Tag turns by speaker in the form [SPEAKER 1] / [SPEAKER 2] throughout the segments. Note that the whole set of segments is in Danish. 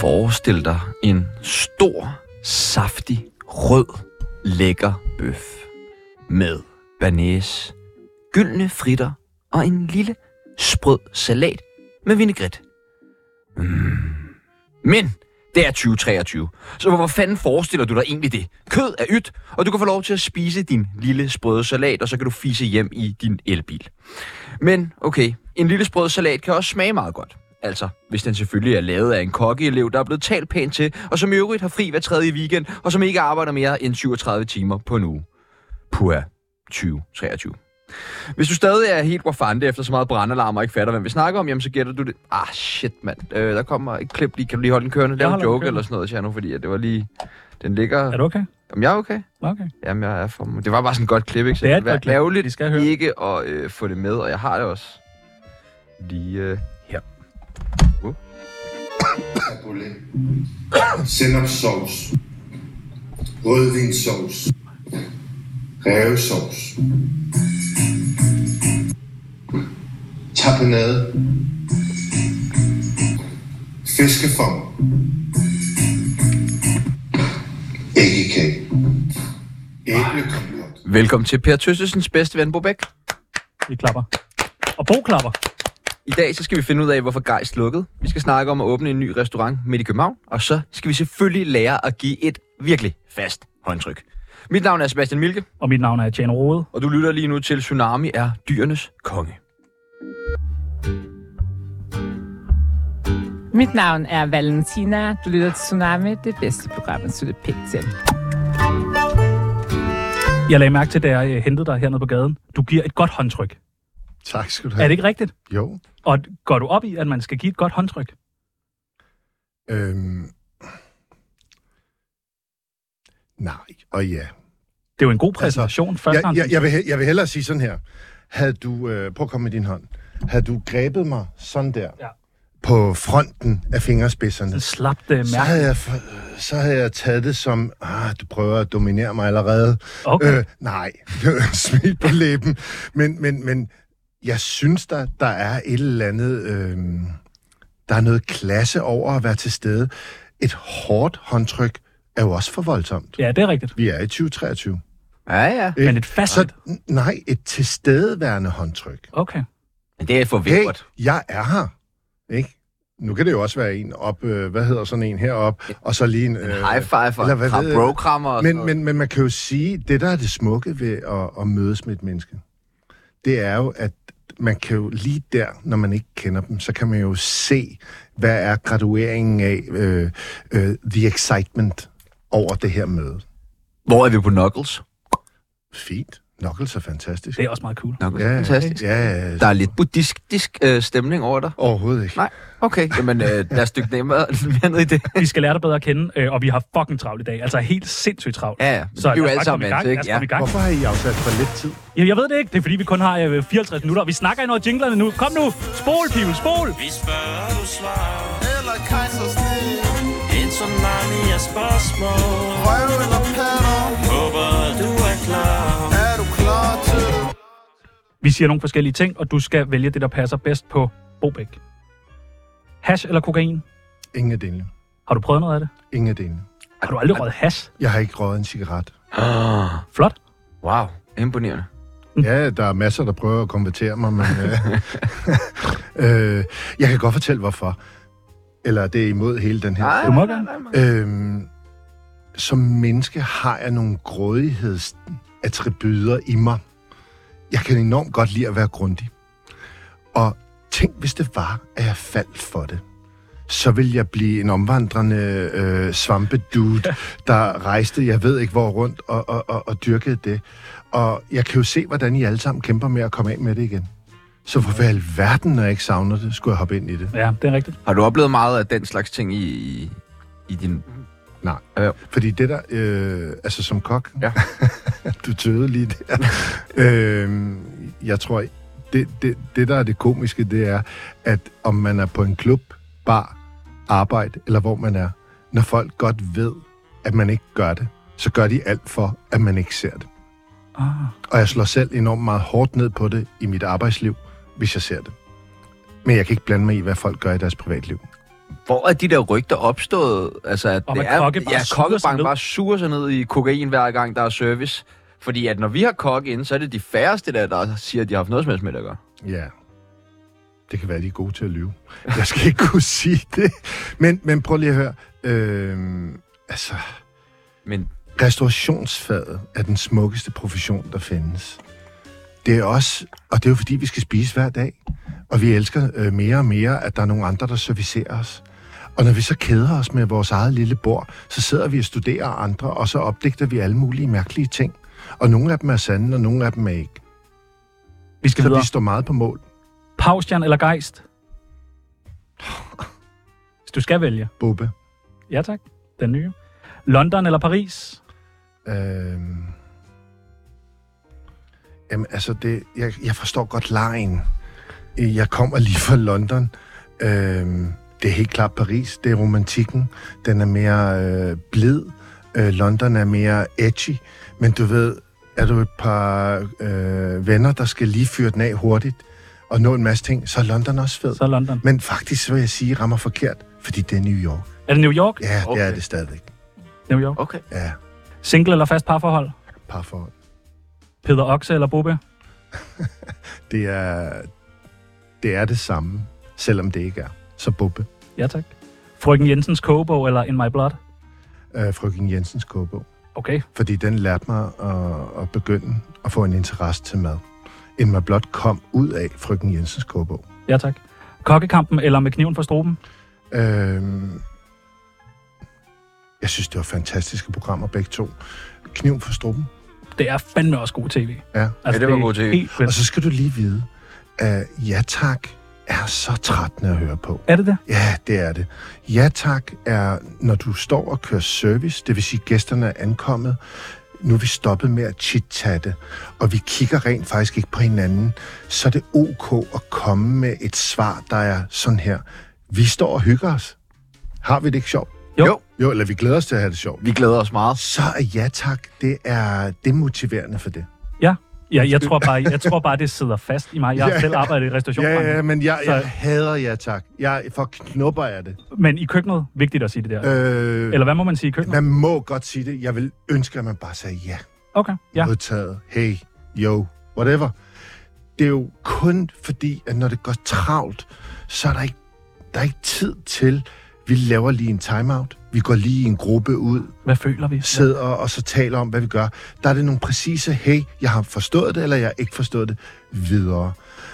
[SPEAKER 1] forestille dig en stor, saftig, rød, lækker bøf med banæs, gyldne fritter og en lille, sprød salat med vinaigrette. Mm. Men det er 2023, så hvor fanden forestiller du dig egentlig det? Kød er ydt, og du kan få lov til at spise din lille sprøde salat, og så kan du fise hjem i din elbil. Men okay, en lille sprød salat kan også smage meget godt. Altså, hvis den selvfølgelig er lavet af en kokkeelev, der er blevet talt pænt til, og som i øvrigt har fri hver tredje weekend, og som ikke arbejder mere end 37 timer på en uge. Puha, 2023. Hvis du stadig er helt forfande efter så meget brandalarm og ikke fatter, hvem vi snakker om, jamen så gætter du det. Ah, shit, mand. Øh, der kommer et klip lige. Kan du lige holde den kørende? Lav en
[SPEAKER 2] holder den
[SPEAKER 1] joke
[SPEAKER 2] kørende.
[SPEAKER 1] eller sådan noget, siger jeg nu, fordi at det var lige... Den ligger...
[SPEAKER 2] Er du okay?
[SPEAKER 1] Jamen, jeg er okay.
[SPEAKER 2] Nå, Okay.
[SPEAKER 1] Jamen, jeg er for... Det var bare sådan et godt klip, ikke? Så
[SPEAKER 2] Det er
[SPEAKER 1] ville
[SPEAKER 2] et
[SPEAKER 1] være
[SPEAKER 2] godt klip.
[SPEAKER 1] ærgerligt
[SPEAKER 2] Vi skal høre.
[SPEAKER 1] ikke at øh, få det med, og jeg har det også lige øh, her.
[SPEAKER 3] cabriolet, sennepsovs, rødvinsovs, rævesovs, tapenade, fiskefond, æggekage, æblekompot.
[SPEAKER 1] Velkommen til Per Tøstesens bedste ven, Bobæk.
[SPEAKER 2] Vi klapper. Og Bo klapper.
[SPEAKER 1] I dag så skal vi finde ud af, hvorfor Geist lukkede. Vi skal snakke om at åbne en ny restaurant midt i København, og så skal vi selvfølgelig lære at give et virkelig fast håndtryk. Mit navn er Sebastian Milke,
[SPEAKER 2] Og mit navn er Tjano Rode.
[SPEAKER 1] og du lytter lige nu til Tsunami er dyrenes konge.
[SPEAKER 4] Mit navn er Valentina. Du lytter til Tsunami, det bedste program, at slutte pænt til.
[SPEAKER 2] Jeg lagde mærke til, da jeg øh, hentede dig hernede på gaden. Du giver et godt håndtryk.
[SPEAKER 5] Tak skal du
[SPEAKER 2] Er
[SPEAKER 5] have.
[SPEAKER 2] det ikke rigtigt?
[SPEAKER 5] Jo.
[SPEAKER 2] Og går du op i, at man skal give et godt håndtryk?
[SPEAKER 5] Øhm. Nej, og ja. altså,
[SPEAKER 2] Det er jo en god præsentation. Altså, første
[SPEAKER 5] Jeg, jeg, jeg, vil, he- jeg vil hellere sige sådan her. Havde du, øh, prøv at komme med din hånd. Havde du grebet mig sådan der,
[SPEAKER 2] Ja.
[SPEAKER 5] på fronten af fingerspidserne,
[SPEAKER 2] slap det
[SPEAKER 5] så
[SPEAKER 2] mærke.
[SPEAKER 5] havde, jeg, f- så havde jeg taget det som, ah, du prøver at dominere mig allerede.
[SPEAKER 2] Okay.
[SPEAKER 5] Øh, nej, smil på læben. Men, men, men jeg synes, der, der er et eller andet... Øh, der er noget klasse over at være til stede. Et hårdt håndtryk er jo også for voldsomt.
[SPEAKER 2] Ja, det er rigtigt.
[SPEAKER 5] Vi er i 2023.
[SPEAKER 1] Ja, ja.
[SPEAKER 2] Men et fast...
[SPEAKER 5] øh, Så n- nej, et tilstedeværende håndtryk.
[SPEAKER 2] Okay.
[SPEAKER 1] Men det er
[SPEAKER 5] Hey,
[SPEAKER 1] forvirret.
[SPEAKER 5] jeg er her. Ikke? Nu kan det jo også være en op, øh, hvad hedder sådan en herop, og så lige en...
[SPEAKER 1] Hey,
[SPEAKER 5] Øh,
[SPEAKER 1] High five
[SPEAKER 5] eller hvad
[SPEAKER 1] og
[SPEAKER 5] ved
[SPEAKER 1] kram-
[SPEAKER 5] jeg.
[SPEAKER 1] brokrammer og sådan
[SPEAKER 5] men,
[SPEAKER 1] noget.
[SPEAKER 5] men, men man kan jo sige, det der er det smukke ved at, at mødes med et menneske, det er jo, at man kan jo lige der, når man ikke kender dem, så kan man jo se, hvad er gradueringen af øh, øh, the excitement over det her møde.
[SPEAKER 1] Hvor er vi på Knuckles?
[SPEAKER 5] Fint. Knuckles er fantastisk.
[SPEAKER 2] Det er også meget cool.
[SPEAKER 1] Knuckles
[SPEAKER 5] Ja,
[SPEAKER 1] er fantastisk.
[SPEAKER 5] Ja, ja,
[SPEAKER 1] Der er lidt buddhistisk øh, stemning over dig.
[SPEAKER 5] overhovedet ikke.
[SPEAKER 1] Nej. Okay, jamen øh, lad os dykke nemmere mere ned i det.
[SPEAKER 2] Vi skal lære dig bedre at kende, øh, og vi har fucking travlt i dag. Altså helt sindssygt travlt.
[SPEAKER 1] Ja, ja. Men
[SPEAKER 2] Så
[SPEAKER 1] det er jo
[SPEAKER 2] lad os
[SPEAKER 1] alle
[SPEAKER 2] bare
[SPEAKER 1] sammen
[SPEAKER 2] komme i gang.
[SPEAKER 1] vant til,
[SPEAKER 2] Lad os
[SPEAKER 1] ikke?
[SPEAKER 2] komme i gang.
[SPEAKER 5] Hvorfor har I afsat for lidt tid?
[SPEAKER 2] Jamen, jeg ved det ikke. Det er fordi, vi kun har øh, 54 minutter, og vi snakker endnu af jinglerne nu. Kom nu! Spol, people, spol!
[SPEAKER 6] Vi spørger, du svarer. Eller kejsersnit. En tsunami af spørgsmål. Røv eller patter. Håber, du er klar. Er du klar til det?
[SPEAKER 2] Vi siger nogle forskellige ting, og du skal vælge det, der passer bedst på Bobæk. Hash eller kokain?
[SPEAKER 5] Ingen af delene.
[SPEAKER 2] Har du prøvet noget af det?
[SPEAKER 5] Ingen af delene.
[SPEAKER 2] Har du aldrig røget hash?
[SPEAKER 5] Jeg har ikke røget en cigaret.
[SPEAKER 1] Ah,
[SPEAKER 2] Flot.
[SPEAKER 1] wow, imponerende.
[SPEAKER 5] Ja, der er masser, der prøver at konvertere mig, men... Øh, øh, jeg kan godt fortælle, hvorfor. Eller det er imod hele den her...
[SPEAKER 1] Nej,
[SPEAKER 2] Du må
[SPEAKER 1] nej,
[SPEAKER 2] gerne.
[SPEAKER 1] nej, nej.
[SPEAKER 5] Øhm, som menneske har jeg nogle grådighedsattributter i mig. Jeg kan enormt godt lide at være grundig. Og tænk, hvis det var, at jeg faldt for det. Så ville jeg blive en omvandrende øh, svampedude, der rejste, jeg ved ikke hvor rundt, og, og, og, og dyrkede det. Og jeg kan jo se, hvordan I alle sammen kæmper med at komme af med det igen. Så hvorfor i alverden, når jeg ikke savner det, skulle jeg hoppe ind i det?
[SPEAKER 2] Ja, det er rigtigt.
[SPEAKER 1] Har du oplevet meget af den slags ting i, i, i din...
[SPEAKER 5] Nej.
[SPEAKER 1] Ja.
[SPEAKER 5] Fordi det der, øh, altså som kok,
[SPEAKER 1] Ja.
[SPEAKER 5] du tøvede lige der. øh, jeg tror, det, det, det der er det komiske, det er, at om man er på en klub, bar, arbejde, eller hvor man er, når folk godt ved, at man ikke gør det, så gør de alt for, at man ikke ser det.
[SPEAKER 2] Ah,
[SPEAKER 5] Og jeg slår selv enormt meget hårdt ned på det i mit arbejdsliv, hvis jeg ser det. Men jeg kan ikke blande mig i, hvad folk gør i deres privatliv.
[SPEAKER 1] Hvor er de der rygter opstået? Altså, at
[SPEAKER 2] Om
[SPEAKER 1] det
[SPEAKER 2] at
[SPEAKER 1] er,
[SPEAKER 2] kokke bare
[SPEAKER 1] ja,
[SPEAKER 2] suger
[SPEAKER 1] kokke
[SPEAKER 2] sig ned.
[SPEAKER 1] bare suger sig ned i kokain hver gang, der er service. Fordi at når vi har kokke inde, så er det de færreste der, der siger, at de har haft noget som helst med det at gøre.
[SPEAKER 5] Ja. Det kan være, at de er gode til at lyve. Jeg skal ikke kunne sige det. Men, men prøv lige at høre. Øhm, altså,
[SPEAKER 1] Men
[SPEAKER 5] restaurationsfaget er den smukkeste profession, der findes. Det er også, og det er jo fordi, vi skal spise hver dag, og vi elsker øh, mere og mere, at der er nogle andre, der servicerer os. Og når vi så keder os med vores eget lille bord, så sidder vi og studerer andre, og så opdigter vi alle mulige mærkelige ting. Og nogle af dem er sande, og nogle af dem er ikke.
[SPEAKER 2] Vi skal
[SPEAKER 5] Så
[SPEAKER 2] videre.
[SPEAKER 5] vi står meget på mål.
[SPEAKER 2] Paustian eller Geist? Hvis du skal vælge.
[SPEAKER 5] Bubbe.
[SPEAKER 2] Ja tak. Den nye. London eller Paris?
[SPEAKER 5] Øhm. Jamen, altså, det, jeg, jeg forstår godt lejen. Øh, Jeg kommer lige fra London. Øhm, det er helt klart Paris. Det er romantikken. Den er mere øh, blid. Øh, London er mere edgy. Men du ved, er du et par øh, venner, der skal lige fyre den af hurtigt og nå en masse ting, så er London også fed.
[SPEAKER 2] Så London.
[SPEAKER 5] Men faktisk, så vil jeg sige, rammer forkert, fordi det er New York.
[SPEAKER 2] Er det New York?
[SPEAKER 5] Ja, okay. det er
[SPEAKER 1] Okay.
[SPEAKER 5] det stadigvæk.
[SPEAKER 2] New York.
[SPEAKER 1] okay.
[SPEAKER 5] Ja,
[SPEAKER 2] Single eller fast parforhold?
[SPEAKER 5] parforhold.
[SPEAKER 2] Peder Oxe eller Bobe?
[SPEAKER 5] det er, det er det samme, selvom det ikke er. Så Bubbe,
[SPEAKER 2] Ja tak. Frøken Jensens kogebog eller In My Blood?
[SPEAKER 5] øh, frøken Jensens kogebog.
[SPEAKER 2] Okay.
[SPEAKER 5] Fordi den lærte mig at, at begynde at få en interesse til mad. End man blot kom ud af frøken Jensens kogebog.
[SPEAKER 2] Ja tak. Kokkekampen eller med kniven for struben?
[SPEAKER 5] Øhm, jeg synes, det var fantastiske programmer begge to. Kniv for struppen.
[SPEAKER 2] Det er fandme også god tv.
[SPEAKER 5] Ja.
[SPEAKER 1] det var
[SPEAKER 2] er
[SPEAKER 1] god tv.
[SPEAKER 2] Helt
[SPEAKER 5] Og
[SPEAKER 2] vildt.
[SPEAKER 5] så skal du lige vide, at Ja Tak er så trættende at høre på.
[SPEAKER 2] Er det det?
[SPEAKER 5] Ja, det er det. Ja tak er, når du står og kører service, det vil sige, gæsterne er ankommet, nu er vi stoppet med at chit-chatte, og vi kigger rent faktisk ikke på hinanden, så er det ok at komme med et svar, der er sådan her. Vi står og hygger os. Har vi det ikke sjovt?
[SPEAKER 2] Jo.
[SPEAKER 5] Jo, eller vi glæder os til at have det sjovt.
[SPEAKER 1] Vi glæder os meget.
[SPEAKER 5] Så er ja tak, det er det er motiverende for det.
[SPEAKER 2] Ja. Ja, jeg tror bare, jeg tror bare det sidder fast i mig. Jeg har
[SPEAKER 5] Ja.
[SPEAKER 2] selv arbejdet i restaurationsbranchen.
[SPEAKER 5] Ja, ja, men jeg,
[SPEAKER 2] Så-
[SPEAKER 5] jeg hader ja tak. Jeg for knupper af det.
[SPEAKER 2] Men i køkkenet, vigtigt at sige det der.
[SPEAKER 5] Øh,
[SPEAKER 2] Eller hvad må man sige i køkkenet?
[SPEAKER 5] man må godt sige det. Jeg vil ønske, at man bare sagde ja.
[SPEAKER 2] Okay, ja.
[SPEAKER 5] ja. modtaget. Hey, yo, whatever. Det er jo kun fordi, at når det går travlt, så er der ikke, der er ikke tid til, vi laver lige en timeout, vi går lige i en gruppe ud,
[SPEAKER 2] Hvad føler vi?
[SPEAKER 5] sidder og så taler om, hvad vi gør. Der er det nogle præcise, hey, jeg har forstået det, eller jeg har ikke forstået det, videre.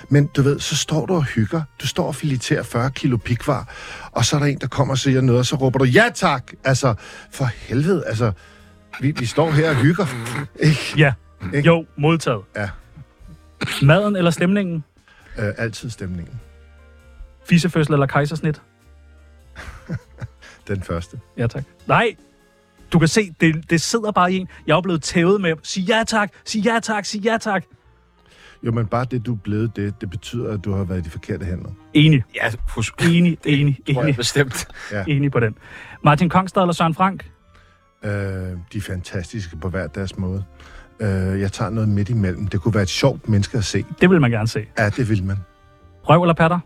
[SPEAKER 5] Men du ved, så står du og hygger, du står og fileterer 40 kilo pikvar, og så er der en, der kommer og siger noget, og så råber du, ja tak! Altså, for helvede, altså, vi, vi står her og hygger, ikke?
[SPEAKER 2] Ja.
[SPEAKER 5] Ikke?
[SPEAKER 2] Jo, modtaget.
[SPEAKER 5] Ja.
[SPEAKER 2] Maden eller stemningen?
[SPEAKER 5] Øh, altid stemningen.
[SPEAKER 2] Fisefødsel eller kejsersnit?
[SPEAKER 5] Den første.
[SPEAKER 2] Ja, tak. Nej! Du kan se, det, det sidder bare i en. Jeg er blevet tævet med, sig ja tak, sig ja tak, sig ja tak.
[SPEAKER 5] Jo, men bare det, du er blevet det, det betyder, at du har været i de forkerte hænder.
[SPEAKER 2] Enig,
[SPEAKER 1] Ja, husk.
[SPEAKER 2] enig, enig,
[SPEAKER 1] Tror jeg
[SPEAKER 2] enig,
[SPEAKER 1] bestemt.
[SPEAKER 2] enig på den. Martin Kongstad eller Søren Frank?
[SPEAKER 5] Øh, de er fantastiske på hver deres måde. Øh, jeg tager noget midt imellem. Det kunne være et sjovt menneske at se.
[SPEAKER 2] Det vil man gerne se.
[SPEAKER 5] Ja, det vil man.
[SPEAKER 2] Røv eller patter?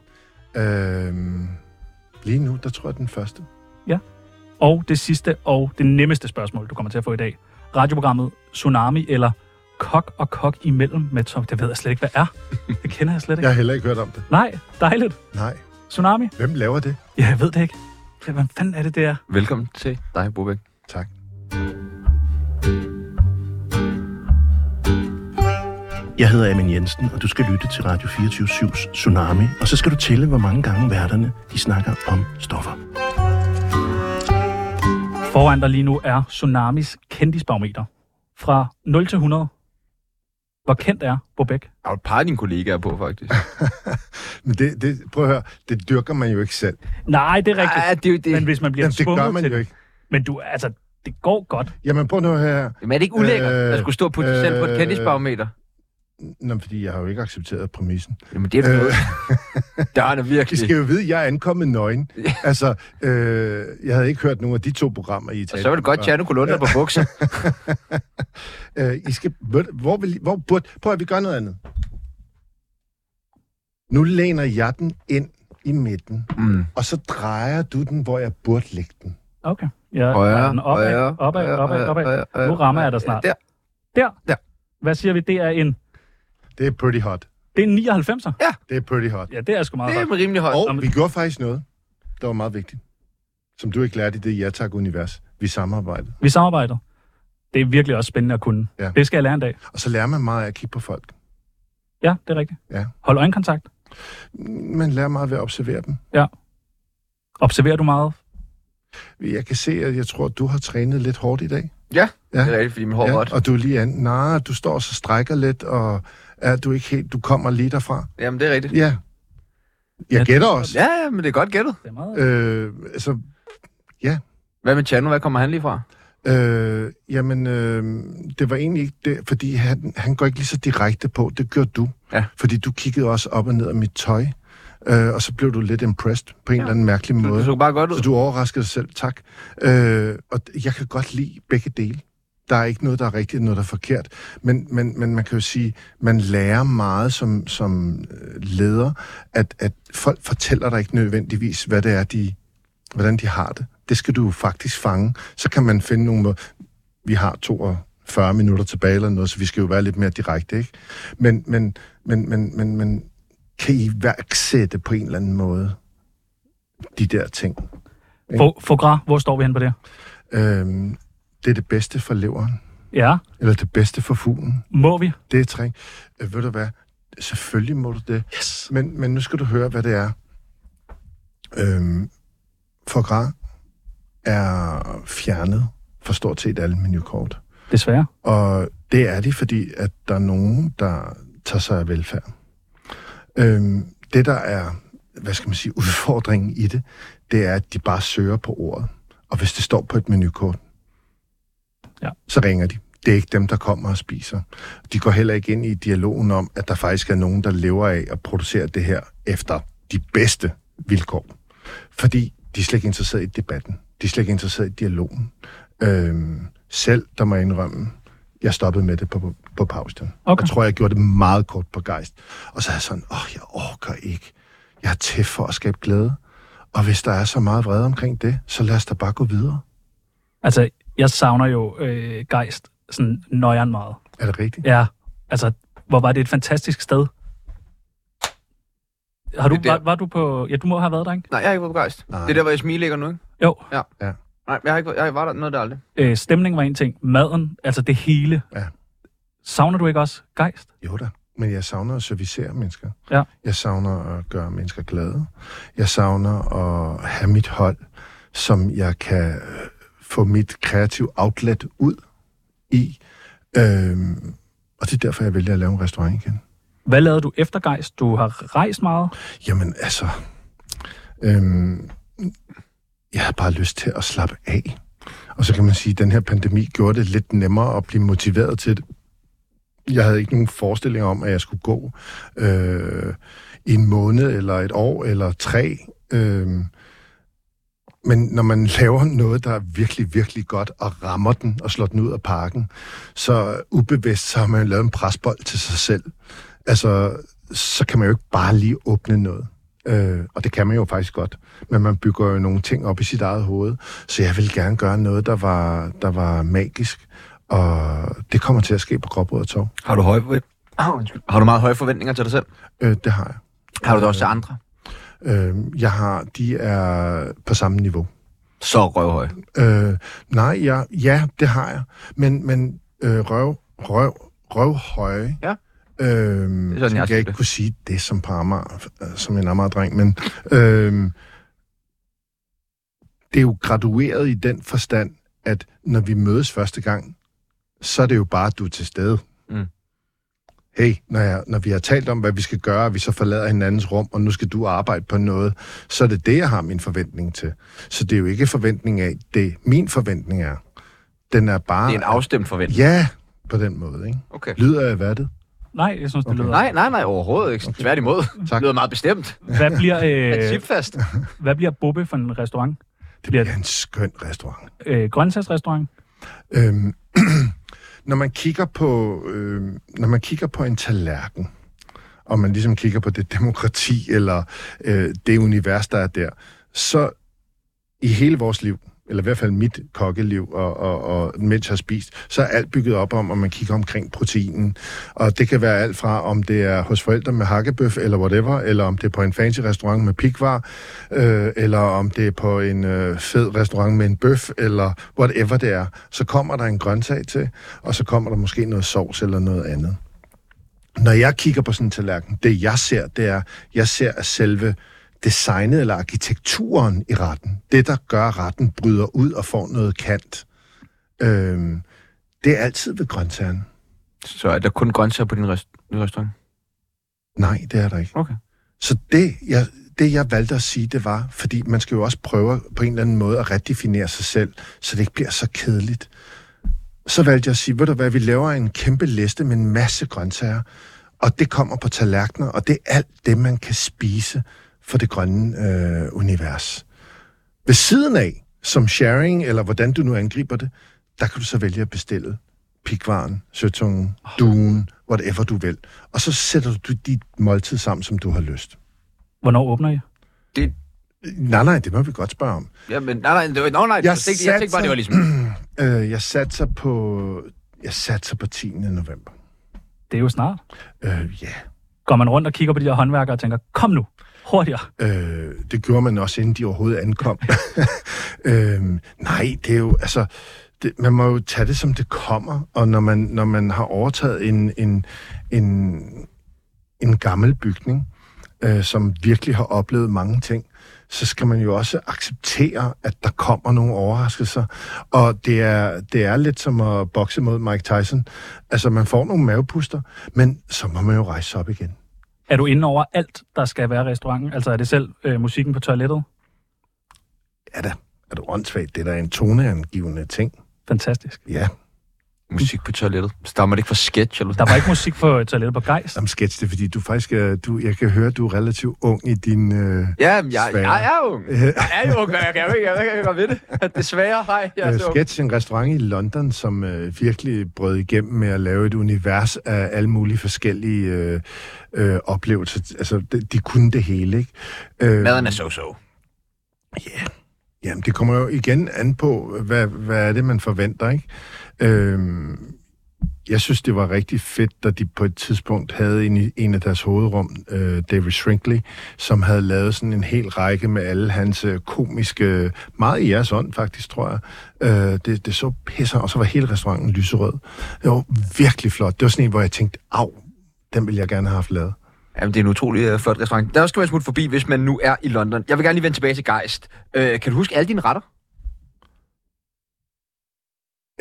[SPEAKER 5] Øh, lige nu, der tror jeg den første.
[SPEAKER 2] Og det sidste og det nemmeste spørgsmål, du kommer til at få i dag. Radioprogrammet Tsunami eller Kok og Kok imellem med Tom. Det ved jeg slet ikke, hvad er. Det kender jeg slet ikke.
[SPEAKER 5] Jeg har heller ikke hørt om det.
[SPEAKER 2] Nej, dejligt.
[SPEAKER 5] Nej.
[SPEAKER 2] Tsunami?
[SPEAKER 5] Hvem laver det?
[SPEAKER 2] Ja, jeg ved det ikke. Ja, Hvad fanden er det der?
[SPEAKER 1] Velkommen til dig, Bobæk.
[SPEAKER 5] Tak.
[SPEAKER 7] Jeg hedder Amin Jensen, og du skal lytte til Radio 24-7's Tsunami, og så skal du tælle, hvor mange gange værterne de snakker om stoffer.
[SPEAKER 2] Foran dig lige nu er Tsunamis kendisbarometer. Fra 0 til 100. Hvor kendt er Bobæk?
[SPEAKER 1] Der er jo et par af dine kollegaer på, faktisk.
[SPEAKER 5] Men det, det, prøv at høre, det dyrker man jo ikke selv.
[SPEAKER 2] Nej, det er rigtigt.
[SPEAKER 1] Ej, det er jo det.
[SPEAKER 2] Men
[SPEAKER 1] Men,
[SPEAKER 2] hvis man bliver
[SPEAKER 5] Jamen, det
[SPEAKER 2] tvunget
[SPEAKER 5] gør man
[SPEAKER 2] til
[SPEAKER 5] jo ikke.
[SPEAKER 2] Men du, altså, det går godt.
[SPEAKER 5] Jamen, prøv nu her.
[SPEAKER 1] Jamen, er det ikke ulækkert
[SPEAKER 5] Øh,
[SPEAKER 1] øh, at skulle stå og putte øh, selv på et
[SPEAKER 5] øh,
[SPEAKER 1] kendisbarometer?
[SPEAKER 5] Nå, fordi jeg har jo ikke accepteret præmissen.
[SPEAKER 1] Jamen, det er da noget. Der er da
[SPEAKER 5] I
[SPEAKER 1] virkelig.
[SPEAKER 5] skal jo vide, at jeg er ankommet nøgen. Altså, øh, jeg havde ikke hørt nogen af de to programmer, I
[SPEAKER 1] Og
[SPEAKER 5] talte
[SPEAKER 1] så var det
[SPEAKER 5] om
[SPEAKER 1] godt,
[SPEAKER 5] før.
[SPEAKER 1] at Tjerno Kolunda på bukser.
[SPEAKER 5] Øh, I skal, hvor, hvor, vil, I- hvor burde... Prøv at vi gør noget andet. Nu læner jeg den ind i midten,
[SPEAKER 1] Mm.
[SPEAKER 5] og så drejer du den, hvor jeg burde lægge den.
[SPEAKER 2] Okay. Ja,
[SPEAKER 1] Højre,
[SPEAKER 2] den opad,
[SPEAKER 1] højre,
[SPEAKER 2] opad,
[SPEAKER 1] højre,
[SPEAKER 2] opad, opad.
[SPEAKER 1] højre, højre,
[SPEAKER 2] Nu rammer jeg dig
[SPEAKER 1] højre.
[SPEAKER 2] snart.
[SPEAKER 1] Der.
[SPEAKER 2] Der.
[SPEAKER 1] Der.
[SPEAKER 2] Hvad siger vi? Det er en...
[SPEAKER 5] Det er pretty hot.
[SPEAKER 2] Det er en 99'er.
[SPEAKER 5] Det er pretty hot.
[SPEAKER 2] Ja, det er sgu meget
[SPEAKER 1] Det
[SPEAKER 2] godt.
[SPEAKER 1] er rimelig højt.
[SPEAKER 5] Og vi gjorde faktisk noget, der var meget vigtigt. Som du ikke lærte i det Ja tak univers. Vi samarbejdede.
[SPEAKER 2] Vi samarbejder. Det er virkelig også spændende at kunne.
[SPEAKER 5] Ja.
[SPEAKER 2] Det skal jeg lære en dag.
[SPEAKER 5] Og så lærer man meget af at kigge på folk.
[SPEAKER 2] Ja, det er rigtigt.
[SPEAKER 5] Ja.
[SPEAKER 2] Hold øjenkontakt.
[SPEAKER 5] Man lærer meget ved at observere dem.
[SPEAKER 2] Observerer du meget?
[SPEAKER 5] Jeg kan se, at jeg tror, at du har trænet lidt hårdt i dag.
[SPEAKER 1] Ja,
[SPEAKER 5] Ja.
[SPEAKER 1] det er rigtigt, fordi min hår er
[SPEAKER 5] og du er lige an. Nej, du står og så strækker lidt, og er du ikke helt... Du kommer lige derfra.
[SPEAKER 1] Jamen, det er rigtigt.
[SPEAKER 5] Ja. Jeg gætter også.
[SPEAKER 1] Ja, ja, men det er godt gættet.
[SPEAKER 2] Det er meget...
[SPEAKER 5] Øh, altså,
[SPEAKER 1] Hvad med Chano? Hvad kommer han lige fra?
[SPEAKER 5] øh, jamen, øh, det var egentlig ikke det, fordi han, han går ikke lige så direkte på. Det gjorde du.
[SPEAKER 1] Ja.
[SPEAKER 5] Fordi du kiggede også op og ned af mit tøj, øh, og så blev du lidt impressed på en ja. eller anden mærkelig
[SPEAKER 1] Du, du
[SPEAKER 5] måde.
[SPEAKER 1] så bare godt
[SPEAKER 5] Så
[SPEAKER 1] ud.
[SPEAKER 5] du overraskede dig selv, tak. Øh, og d- jeg kan godt lide begge dele. Der er ikke noget, der er rigtigt, noget, der er forkert. Men, men, men man kan jo sige, man lærer meget som, som øh, leder, at, at folk fortæller dig ikke nødvendigvis, hvad det er, de, hvordan de har det. Det skal du jo faktisk fange. Så kan man finde nogle måder. Vi har 42 minutter tilbage eller noget, så vi skal jo være lidt mere direkte, ikke? Men, men, men, men, men, men kan I værksætte på en eller anden måde de der ting?
[SPEAKER 2] Fo- Foie gras, hvor står vi hen på det?
[SPEAKER 5] Øhm, det er det bedste for leveren,
[SPEAKER 2] Ja,
[SPEAKER 5] eller det bedste for fuglen.
[SPEAKER 2] må vi?
[SPEAKER 5] Det er træ. Øh, ved du hvad? Selvfølgelig må du det.
[SPEAKER 2] Yes.
[SPEAKER 5] Men, men nu skal du høre, hvad det er. Øhm, for gras er fjernet fra stort set alle menukort.
[SPEAKER 2] Desværre.
[SPEAKER 5] Og det er de, fordi at der er nogen, der tager sig af velfærd. Øhm, det, der er, hvad skal man sige, udfordringen i det, det er, at de bare søger på ordet. Og hvis det står på et menukort,
[SPEAKER 2] Ja.
[SPEAKER 5] så ringer de. Det er ikke dem, der kommer og spiser. De går heller ikke ind i dialogen om, at der faktisk er nogen, der lever af at producere det her efter de bedste vilkår. Fordi de er slet ikke interesseret i debatten. De er slet ikke interesseret i dialogen. Øhm, selv, der må jeg indrømme, jeg stoppede med det på, på pausen.
[SPEAKER 2] Okay.
[SPEAKER 5] Jeg tror, jeg gjorde det meget kort på gejst. Og så er jeg sådan, åh, jeg orker ikke. Jeg er til for at skabe glæde. Og hvis der er så meget vrede omkring det, så lad os da bare gå videre.
[SPEAKER 2] Altså, jeg savner jo øh, gejst sådan nøjeren meget.
[SPEAKER 5] Er det rigtigt?
[SPEAKER 2] Ja, altså, hvor var det et fantastisk sted. Har du,
[SPEAKER 1] Det er
[SPEAKER 2] var,
[SPEAKER 1] der.
[SPEAKER 2] var, du på... Ja, du må have været der, ikke?
[SPEAKER 1] Nej, jeg har ikke været begejst.
[SPEAKER 5] Nej.
[SPEAKER 1] Det er der, hvor Esmi ligger nu, ikke?
[SPEAKER 2] Jo.
[SPEAKER 1] Ja.
[SPEAKER 5] Ja.
[SPEAKER 1] Nej, jeg har ikke jeg var der noget der aldrig.
[SPEAKER 2] Øh, stemning var en ting. Maden, altså det hele.
[SPEAKER 5] Ja.
[SPEAKER 2] Savner du ikke også gejst?
[SPEAKER 5] Jo da, men jeg savner at servicere mennesker.
[SPEAKER 2] Ja.
[SPEAKER 5] Jeg savner at gøre mennesker glade. Jeg savner at have mit hold, som jeg kan øh, få mit kreative outlet ud i. Øhm, og det er derfor, jeg vælger at lave en restaurant igen.
[SPEAKER 2] Hvad lavede du efter gejst? Du har rejst meget.
[SPEAKER 5] Jamen altså, øhm, jeg har bare lyst til at slappe af. Og så kan man sige, at den her pandemi gjorde det lidt nemmere at blive motiveret til det. Jeg havde ikke nogen forestillinger om, at jeg skulle gå øh, i en måned, eller et år, eller tre. Øh, men når man laver noget, der er virkelig, virkelig godt, og rammer den og slår den ud af parken, så ubevidst så har man lavet en presbold til sig selv. Altså, så kan man jo ikke bare lige åbne noget. Øh, og det kan man jo faktisk godt. Men man bygger jo nogle ting op i sit eget hoved. Så jeg ville gerne gøre noget, der var, der var magisk. Og det kommer til at ske på Gråbrød og Torv.
[SPEAKER 1] Har du høje Har du meget høje forventninger til dig selv?
[SPEAKER 5] Øh, det har jeg.
[SPEAKER 1] Har du det også til andre?
[SPEAKER 5] Øh, jeg har, de er på samme niveau.
[SPEAKER 1] Så røvhøje.
[SPEAKER 5] Øh, nej, jeg, ja, det har jeg. Men, men øh, røv, røv, røvhøje.
[SPEAKER 1] Ja.
[SPEAKER 5] Øhm,
[SPEAKER 1] Det er sådan, jeg
[SPEAKER 5] sådan, jeg,
[SPEAKER 1] siger
[SPEAKER 5] jeg ikke
[SPEAKER 1] det.
[SPEAKER 5] kunne sige det som på Amager, øh, som en Amager-dreng, men øhm, det er jo gradueret i den forstand, at når vi mødes første gang, så er det jo bare, at du er til stede.
[SPEAKER 1] Mm.
[SPEAKER 5] Hey, når, jeg, når vi har talt om, hvad vi skal gøre, og vi så forlader hinandens rum, og nu skal du arbejde på noget, så er det det, jeg har min forventning til. Så det er jo ikke forventning af, det min forventning er. Den er bare...
[SPEAKER 1] Det er en afstemt forventning.
[SPEAKER 5] Ja, på den måde, ikke?
[SPEAKER 1] Okay.
[SPEAKER 5] Lyder jeg hvad det?
[SPEAKER 2] Nej, jeg synes, det okay. lyder...
[SPEAKER 1] Nej, nej, nej, overhovedet ikke. Mm. Okay. Tværtimod.
[SPEAKER 5] Tak.
[SPEAKER 1] Det lyder meget bestemt.
[SPEAKER 2] Hvad bliver, øh,
[SPEAKER 1] Chipfast.
[SPEAKER 2] hvad bliver Bobbe for en restaurant?
[SPEAKER 5] Det bliver en skøn restaurant.
[SPEAKER 2] øh, grøntsagsrestaurant.
[SPEAKER 5] Øhm, når man kigger på øh, når man kigger på en tallerken og man ligesom kigger på det demokrati eller øh, det univers, der er der, så i hele vores liv, eller i hvert fald mit kokkeliv, og, og, og mens jeg har spist, så er alt bygget op om, om man kigger omkring proteinen. Og det kan være alt fra, om det er hos forældre med hakkebøf, eller whatever, eller om det er på en fancy restaurant med pikvar, øh, eller om det er på en øh, fed restaurant med en bøf, eller whatever det er. Så kommer der en grøntsag til, og så kommer der måske noget sovs eller noget andet. Når jeg kigger på sådan en tallerken, det jeg ser, det er, jeg ser at selve designet eller arkitekturen i retten, det der gør at retten bryder ud og får noget kant, øhm, det er altid ved grøntsagerne.
[SPEAKER 1] Så er der kun grøntsager på din rest- restaurant?
[SPEAKER 5] Nej, det er der ikke.
[SPEAKER 1] Okay.
[SPEAKER 5] Så det jeg, det, jeg valgte at sige, det var, fordi man skal jo også prøve på en eller anden måde at redefinere sig selv, så det ikke bliver så kedeligt. Så valgte jeg at sige, ved du hvad, vi laver en kæmpe liste med en masse grøntsager, og det kommer på tallerkener, og det er alt det, man kan spise for det grønne øh, univers. Ved siden af, som sharing, eller hvordan du nu angriber det, der kan du så vælge at bestille pikvaren, søtungen, duen, whatever du vil. Og så sætter du dit måltid sammen, som du har lyst.
[SPEAKER 2] Hvornår åbner I?
[SPEAKER 1] Det,
[SPEAKER 5] Nej, nej, det må vi godt spørge om.
[SPEAKER 1] ja, men, nej, nej, det var, no, nej, jeg, tænkte, jeg tænkte bare,
[SPEAKER 5] satser-
[SPEAKER 1] det var ligesom...
[SPEAKER 5] Øh, jeg satser på... Jeg satser på 10. november.
[SPEAKER 2] Det er jo snart.
[SPEAKER 5] Øh, ja.
[SPEAKER 2] Går man rundt og kigger på de her håndværkere og tænker, kom nu, hurtigere.
[SPEAKER 5] Øh, det gjorde man også, inden de overhovedet ankom. øh, nej, det er jo, altså, det, man må jo tage det, som det kommer, og når man, når man har overtaget en, en, en, en gammel bygning, øh, som virkelig har oplevet mange ting, så skal man jo også acceptere, at der kommer nogle overraskelser. Og det er, det er lidt som at bokse mod Mike Tyson. Altså, man får nogle mavepuster, men så må man jo rejse sig op igen.
[SPEAKER 2] Er du inde over alt, der skal være i restauranten? Altså er det selv øh, musikken på toilettet?
[SPEAKER 5] Ja da, er du åndssvagt? Det er da en toneangivende ting.
[SPEAKER 2] Fantastisk.
[SPEAKER 5] Ja,
[SPEAKER 1] Musik på toilettet. Stammer det ikke fra sketch eller
[SPEAKER 2] Der var ikke musik på øh, toilettet på Geist.
[SPEAKER 5] som sketch det, er, fordi du faktisk er, du, jeg kan høre, at du er relativt ung i din... Øh,
[SPEAKER 1] Ja, men jeg,
[SPEAKER 5] Svære.
[SPEAKER 1] jeg er jo... Jeg er jo, jeg kan jo ikke, jeg kan ikke gøre ved det. Desværre, hej. Jeg er
[SPEAKER 5] øh,
[SPEAKER 1] så ung.
[SPEAKER 5] sketch, en restaurant i London, som øh, virkelig brød igennem med at lave et univers af alle mulige forskellige øh, øh, oplevelser. Altså, de, de kunne det hele, ikke? Øh,
[SPEAKER 1] Maden er so-so.
[SPEAKER 5] Jamen, det kommer jo igen an på, hvad, hvad er det, man forventer, ikke? Øhm, jeg synes, det var rigtig fedt, da de på et tidspunkt havde en, i- en af deres hovedrum, øh, David Shrinkley, som havde lavet sådan en hel række med alle hans øh, komiske, meget i jeres ånd faktisk, tror jeg. Øh, det, det så pisser, og så var hele restauranten lyserød. Det var virkelig flot. Det var sådan en, hvor jeg tænkte, au, den ville jeg gerne have haft lavet.
[SPEAKER 1] Jamen, det er en utrolig uh, flot restaurant. Der skal man smutte forbi, hvis man nu er i London. Jeg vil gerne lige vende tilbage til Geist. Uh, kan du huske alle dine retter?